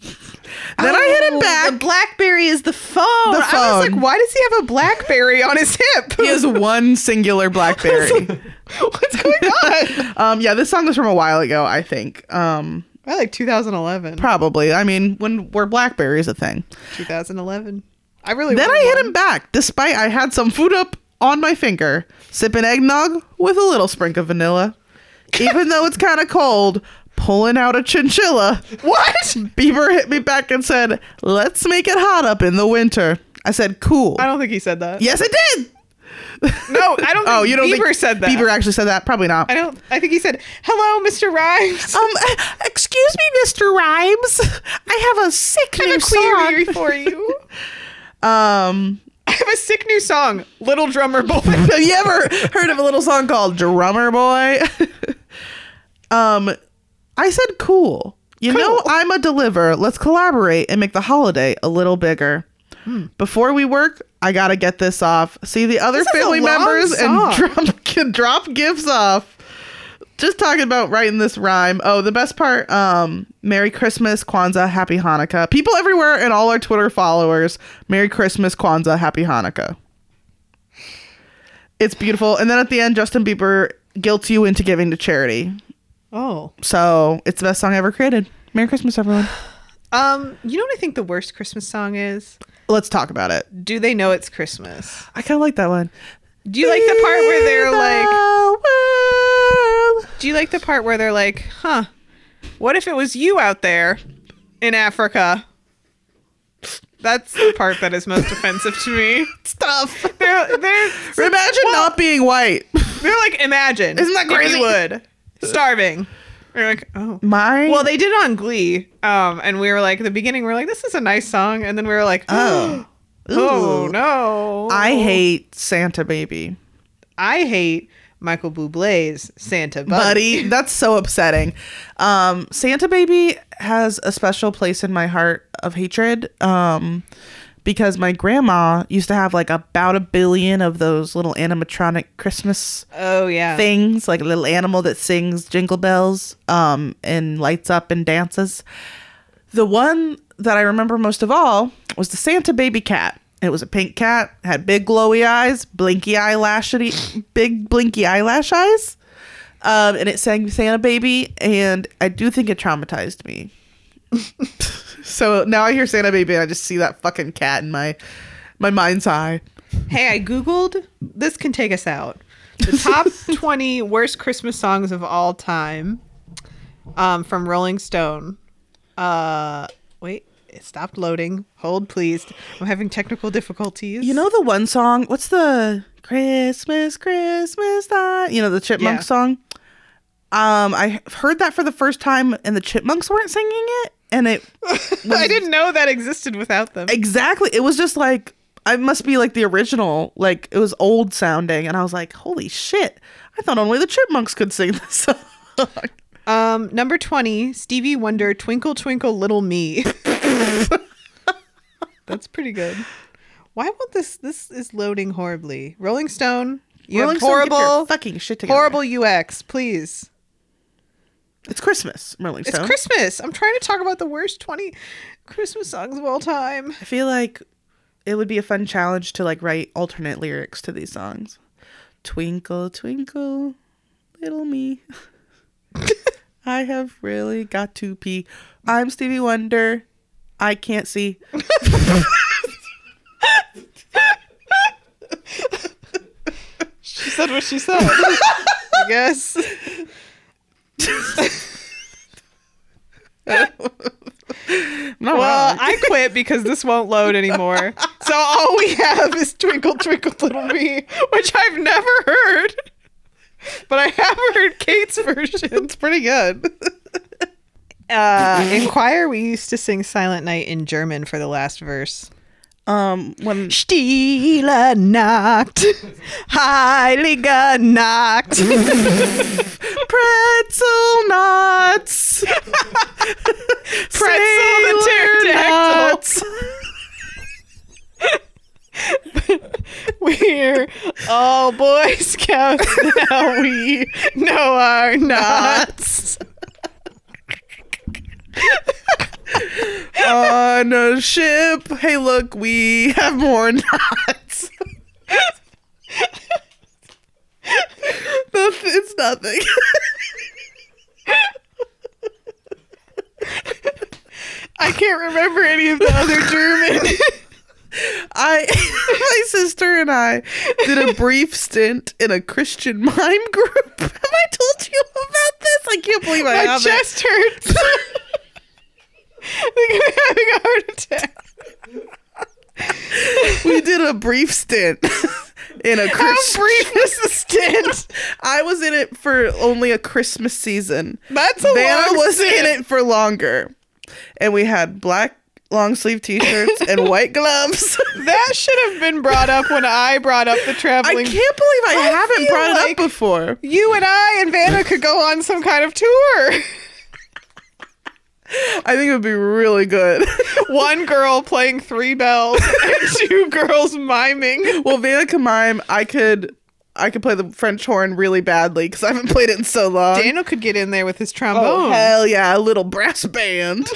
Then I hit him
Oh,
back.
The BlackBerry is the phone.
The
Oh, I was
phone.
like, why does he have a BlackBerry on his hip?
he has one singular Blackberry.
What's going on?
um yeah this song was from a while ago i think um
I like 2011.
probably i mean when were blackberries a thing
2011. I really.
then i
wanted
hit
one.
him back despite i had some food up on my finger sipping eggnog with a little sprinkle of vanilla even though it's kind of cold pulling out a chinchilla
What?
bieber hit me back and said let's make it hot up in the winter i said cool
I don't think he said that.
yes it did
No, I don't. Think
oh you don't
Bieber
think
said that.
bieber actually said that probably not
I don't. I think he said, "Hello, Mr. Rhymes.
Um, excuse me, Mr. Rhymes. I have a sick
I
new
have a query
song.
for you."
Um,
have a sick new song, Little Drummer Boy.
Have you ever heard of a little song called Drummer Boy? um, I said cool. You know, I'm a deliver. Let's collaborate and make the holiday a little bigger.
Hmm.
Before we work, I gotta get this off. See the other
is a
family
long
members
song.
and drop, can drop gifts off. Just talking about writing this rhyme. Oh, the best part. Um, Merry Christmas, Kwanzaa, Happy Hanukkah. People everywhere and all our Twitter followers. Merry Christmas, Kwanzaa, Happy Hanukkah. It's beautiful. And then at the end, Justin Bieber guilts you into giving to charity.
Oh.
So it's the best song ever created. Merry Christmas, everyone.
Um, you know what I think the worst Christmas song is?
Let's talk about it.
Do they know it's Christmas?
I kind of like that one.
Do you like the part where they're like
like,
Do you like the part where they're like, "Huh. What if it was you out there in Africa?" That's the part that is most offensive to me.
stuff.
They're they're
Imagine not being white.
they're like imagine.
Isn't that
if you
crazy?
would. Starving. We're like, "Oh."
My
Well, they did it on Glee, um, and we were like, at the beginning, we were like, this is a nice song, and then we were like, oh, oh
Ooh.
no,
I hate Santa Baby,
I hate Michael Bublé's Santa Buddy.
buddy. That's so upsetting. Um, Santa Baby has a special place in my heart of hatred. Um, because my grandma used to have like about a billion of those little animatronic Christmas
Oh yeah,
things like a little animal that sings jingle bells um, and lights up and dances the one that i remember most of all was the santa baby cat it was a pink cat had big glowy eyes blinky eyelashy big blinky eyelash eyes um, and it sang santa baby and i do think it traumatized me so now i hear santa baby and i just see that fucking cat in my my mind's eye
hey, I googled. This can take us out. The top twenty worst Christmas songs of all time, um, from Rolling Stone. Uh, wait, it stopped loading. Hold, please. I'm having technical difficulties.
You know the one song? What's the Christmas, Christmas time? You know the Chipmunk
Yeah.
song. Um, I heard that for the first time, and the Chipmunks weren't singing it, and it
I didn't know that existed without them.
exactly. It was just like I must be like the original, like it was old sounding, and I was like, holy shit! I thought only the Chipmunks could sing this song.
Um, number 20, Stevie Wonder, Twinkle Twinkle Little Me. That's pretty good. Why won't this this is loading horribly. Rolling Stone, you
Rolling
have
Stone, get your
horrible
fucking shit together.
horrible UX, please.
It's Christmas, Rolling
It's
Stone.
Christmas. I'm trying to talk about the worst 20 Christmas songs of all time.
I feel like it would be a fun challenge to like write alternate lyrics to these songs. Twinkle, twinkle, little me. I have really got to pee. I'm Stevie Wonder. I can't see.
She said what she said. I guess.
No,
Well, I quit because this won't load anymore. So all we have is Twinkle Twinkle Little Me, which I've never heard. But I have heard Kate's version. It's pretty good. Uh, in choir, we used to sing Silent Night in German for the last verse.
um, when
Stille Nacht, Heilige Nacht.
pretzel nuts,
Pretzel the pterodactyl. We're all Boy Scouts now. We know our knots.
on a ship. Hey, look, we have more knots. Noth- it's nothing.
I can't remember any of the other German.
I, my sister and I did a brief stint in a Christian mime group. Have I told you about this? I can't believe
My
I haven't.
chest hurts. I think I'm having a heart attack.
we did a brief stint in a
How
Christian.
brief was the stint?
I was in it for only a Christmas season.
That's a
Vanna
long
was
stint.
in it for longer. And we had black long sleeve t shirts, and white gloves.
That should have been brought up when I brought up the
I
traveling.
can't believe I, haven't
feel
brought it
like-
up before.
You and I and Vanna could go on some kind of tour.
I think it would be really good.
One girl playing three bells and two girls miming.
well, Vanna can mime. I could, I could play the French horn really badly because I haven't played it in so long.
Daniel could get in there with his
oh
trombone.
hell yeah, a little brass band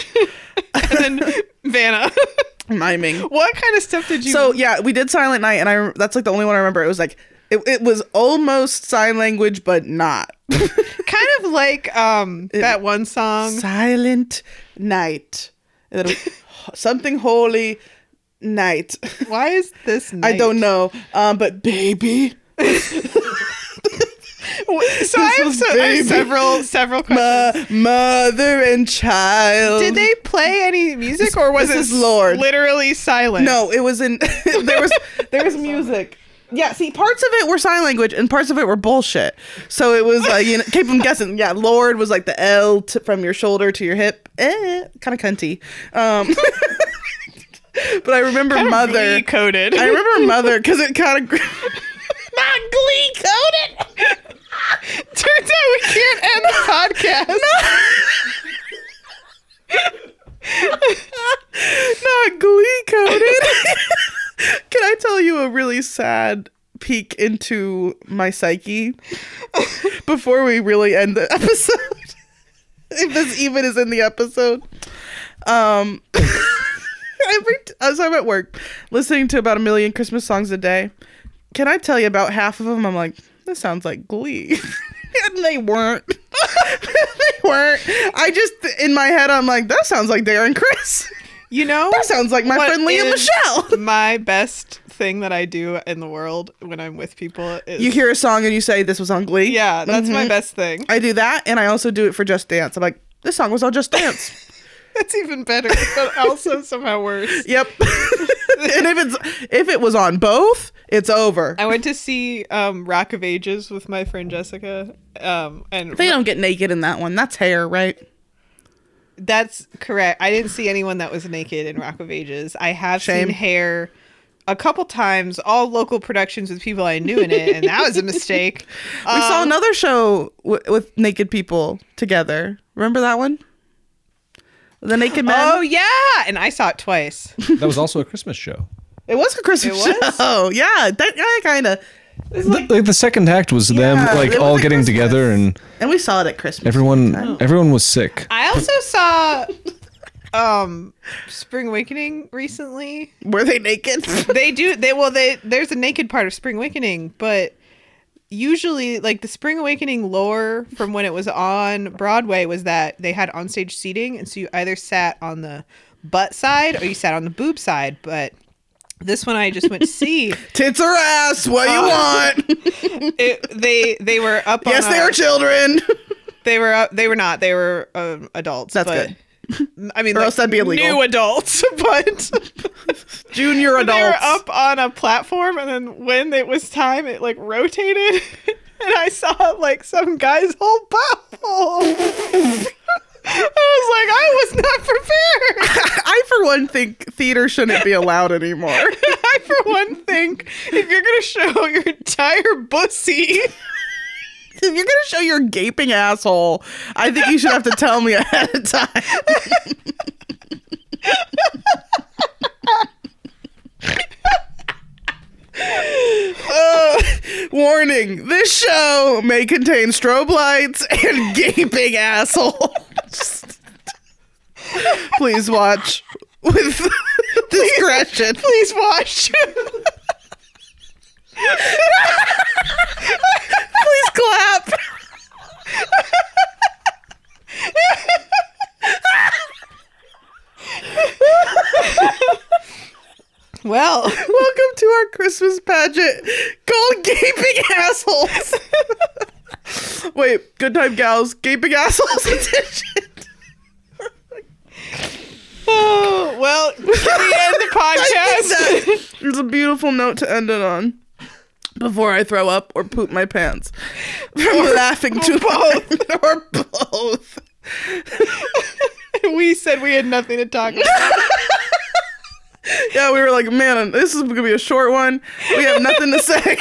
and then Vanna.
miming.
what kind of stuff did you
So yeah, we did Silent Night, and I rem- that's like the only one I remember. It was like it, it was almost sign language, but not
kind of like um that one song?
Silent Night. And then it was something holy night.
Why is this
I don't know, um, but baby,
So I have,
was
so, I have
baby.
several several questions.
mo- uh, mother and child.
Did they play any music or was
this
it
is Lord.
literally silent?
No, it was in there was there was music. Yeah, see, parts of it were sign language and parts of it were bullshit. So it was like you know, keep them guessing. Yeah, Lord was like the L t- from your shoulder to your hip, eh, kind of cunty. Um, but I remember mother.
coded.
I remember mother because it kind of.
not glee coded. Turns out we can't end the podcast.
not glee coded. Can I tell you a really sad peek into my psyche before we really end the episode? if this even is in the episode. Um every t- as I'm at work listening to about a million Christmas songs a day. Can I tell you about half of them I'm like this sounds like glee. and they weren't. they weren't. I just in my head I'm like that sounds like Darren Chris.
You know,
That sounds like my
what
friend Leah
is
Michelle.
my best thing that I do in the world when I'm with people is
You hear a song and you say, This was on Glee.
yeah, that's my
Mhm.
best thing.
I do that, and I also do it for Just Dance. I'm like, This song was on Just Dance.
That's even better, but also somehow worse.
yep. and if it's if it was on both, it's over.
I went to see um, Rock of Ages with my friend Jessica, um, and
They don't get naked in that one. That's hair, right?
That's correct. I didn't see anyone that was naked in Rock of Ages. I have
Shame.
seen hair a couple times, all local productions with people I knew in it, and that was a mistake.
We saw
Um,
another show w- with naked people together. Remember that one? The Naked Men.
Oh yeah, and I saw it twice.
That was also a Christmas show.
it was a Christmas
It was?
show. Yeah, that, kind of.
Like, the second act was
Yeah,
them
it
like
was
all
like
getting
Christmas. Oh.
together and
And we saw it at Christmas.
everyone everyone was sick.
I also saw um Spring Awakening recently.
were they naked?
They do they well they there's a naked part of Spring Awakening, but usually like the Spring Awakening lore from when it was on Broadway was that they had onstage seating and so you either sat on the butt side or you sat on the boob side, but this one I just went to see.
Tits or ass, what
Uh,
you want?
It, they they were up.
Yes,
on
they
a-
are children.
They were up. They were not. They were um, adults.
That's
but, good. I mean,
Or else that'd be illegal.
New adults, but
Junior
they were
adults.
up on a platform, and then when it was time, it like rotated, and I saw like some guy's whole butthole. I was like, I was not prepared.
I, for one, think theater shouldn't be allowed anymore.
I, for one, think if you're gonna show your entire bussy,
if you're going to show your gaping asshole, I think you should have to tell me ahead of time. Uh, warning this show may contain strobe lights and gaping assholes. Please watch with discretion.
please watch.
Please clap.
well,
Welcome to our Christmas pageant called Gaping Assholes. Wait, good time gals, gaping assholes edition.
oh, well, can we end the podcast?
It's a beautiful note to end it on. Before I throw up or poop my pants. From laughing to both. or both.
we said we had nothing to talk about.
Yeah, we were like, man, this is gonna be a short one. We have nothing to say.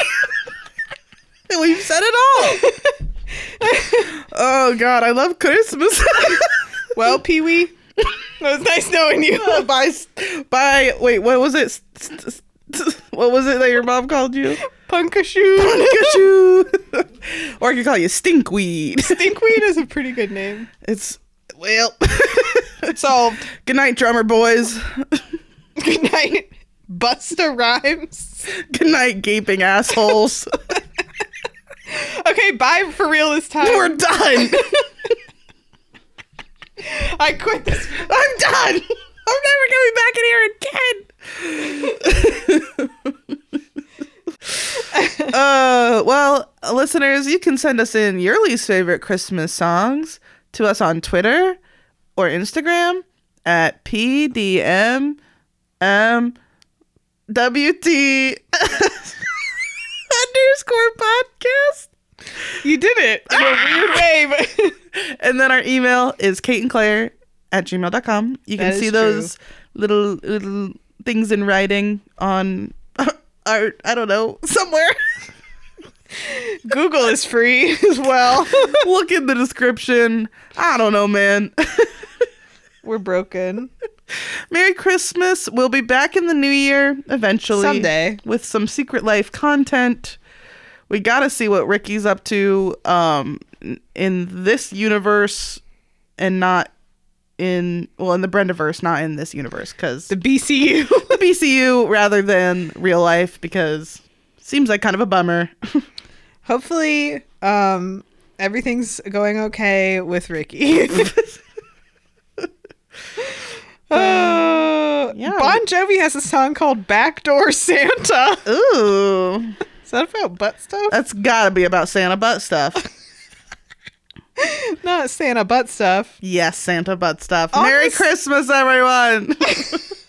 And We've said it all. oh God, I love Christmas.
Well, Pee Wee, it was nice knowing you.
by s- by wait, what was it? S- s- s- What was it that your mom called you?
Punkashoon.
Pikachu. or I could call you stinkweed.
Stinkweed is a pretty good name.
It's well, solved. Good night, drummer boys.
Good night, Busta Rhymes.
Good night, gaping assholes.
Okay, bye for real this time.
We're done.
I quit this.
I'm done. I'm never coming back in here again. uh, well, listeners, you can send us in your least favorite Christmas songs to us on Twitter or Instagram at PDMMWT underscore podcast.
You did it in a weird way, but
And then our email is Kate and Claire at gmail.com. You
That
can
is
see
true.
those little little things in writing on our I don't know, somewhere.
Google is free as well.
Look in the description. I don't know, man.
We're broken.
Merry Christmas. We'll be back in the new year eventually.
Someday.
With some secret life content. We gotta see what Ricky's up to um in this universe and not in well in the Brendaverse, not in this universe, because
The BCU.
the BCU rather than real life because seems like kind of a bummer.
Hopefully, um, everything's going okay with Ricky. Oh,
Yeah.
Bon Jovi has a song called "Backdoor Santa."
Ooh,
Is that about butt stuff?
that's gotta be about Santa butt stuff.
Not Santa butt stuff.
Yes, Santa butt stuff.
All
Merry
this-
Christmas, everyone.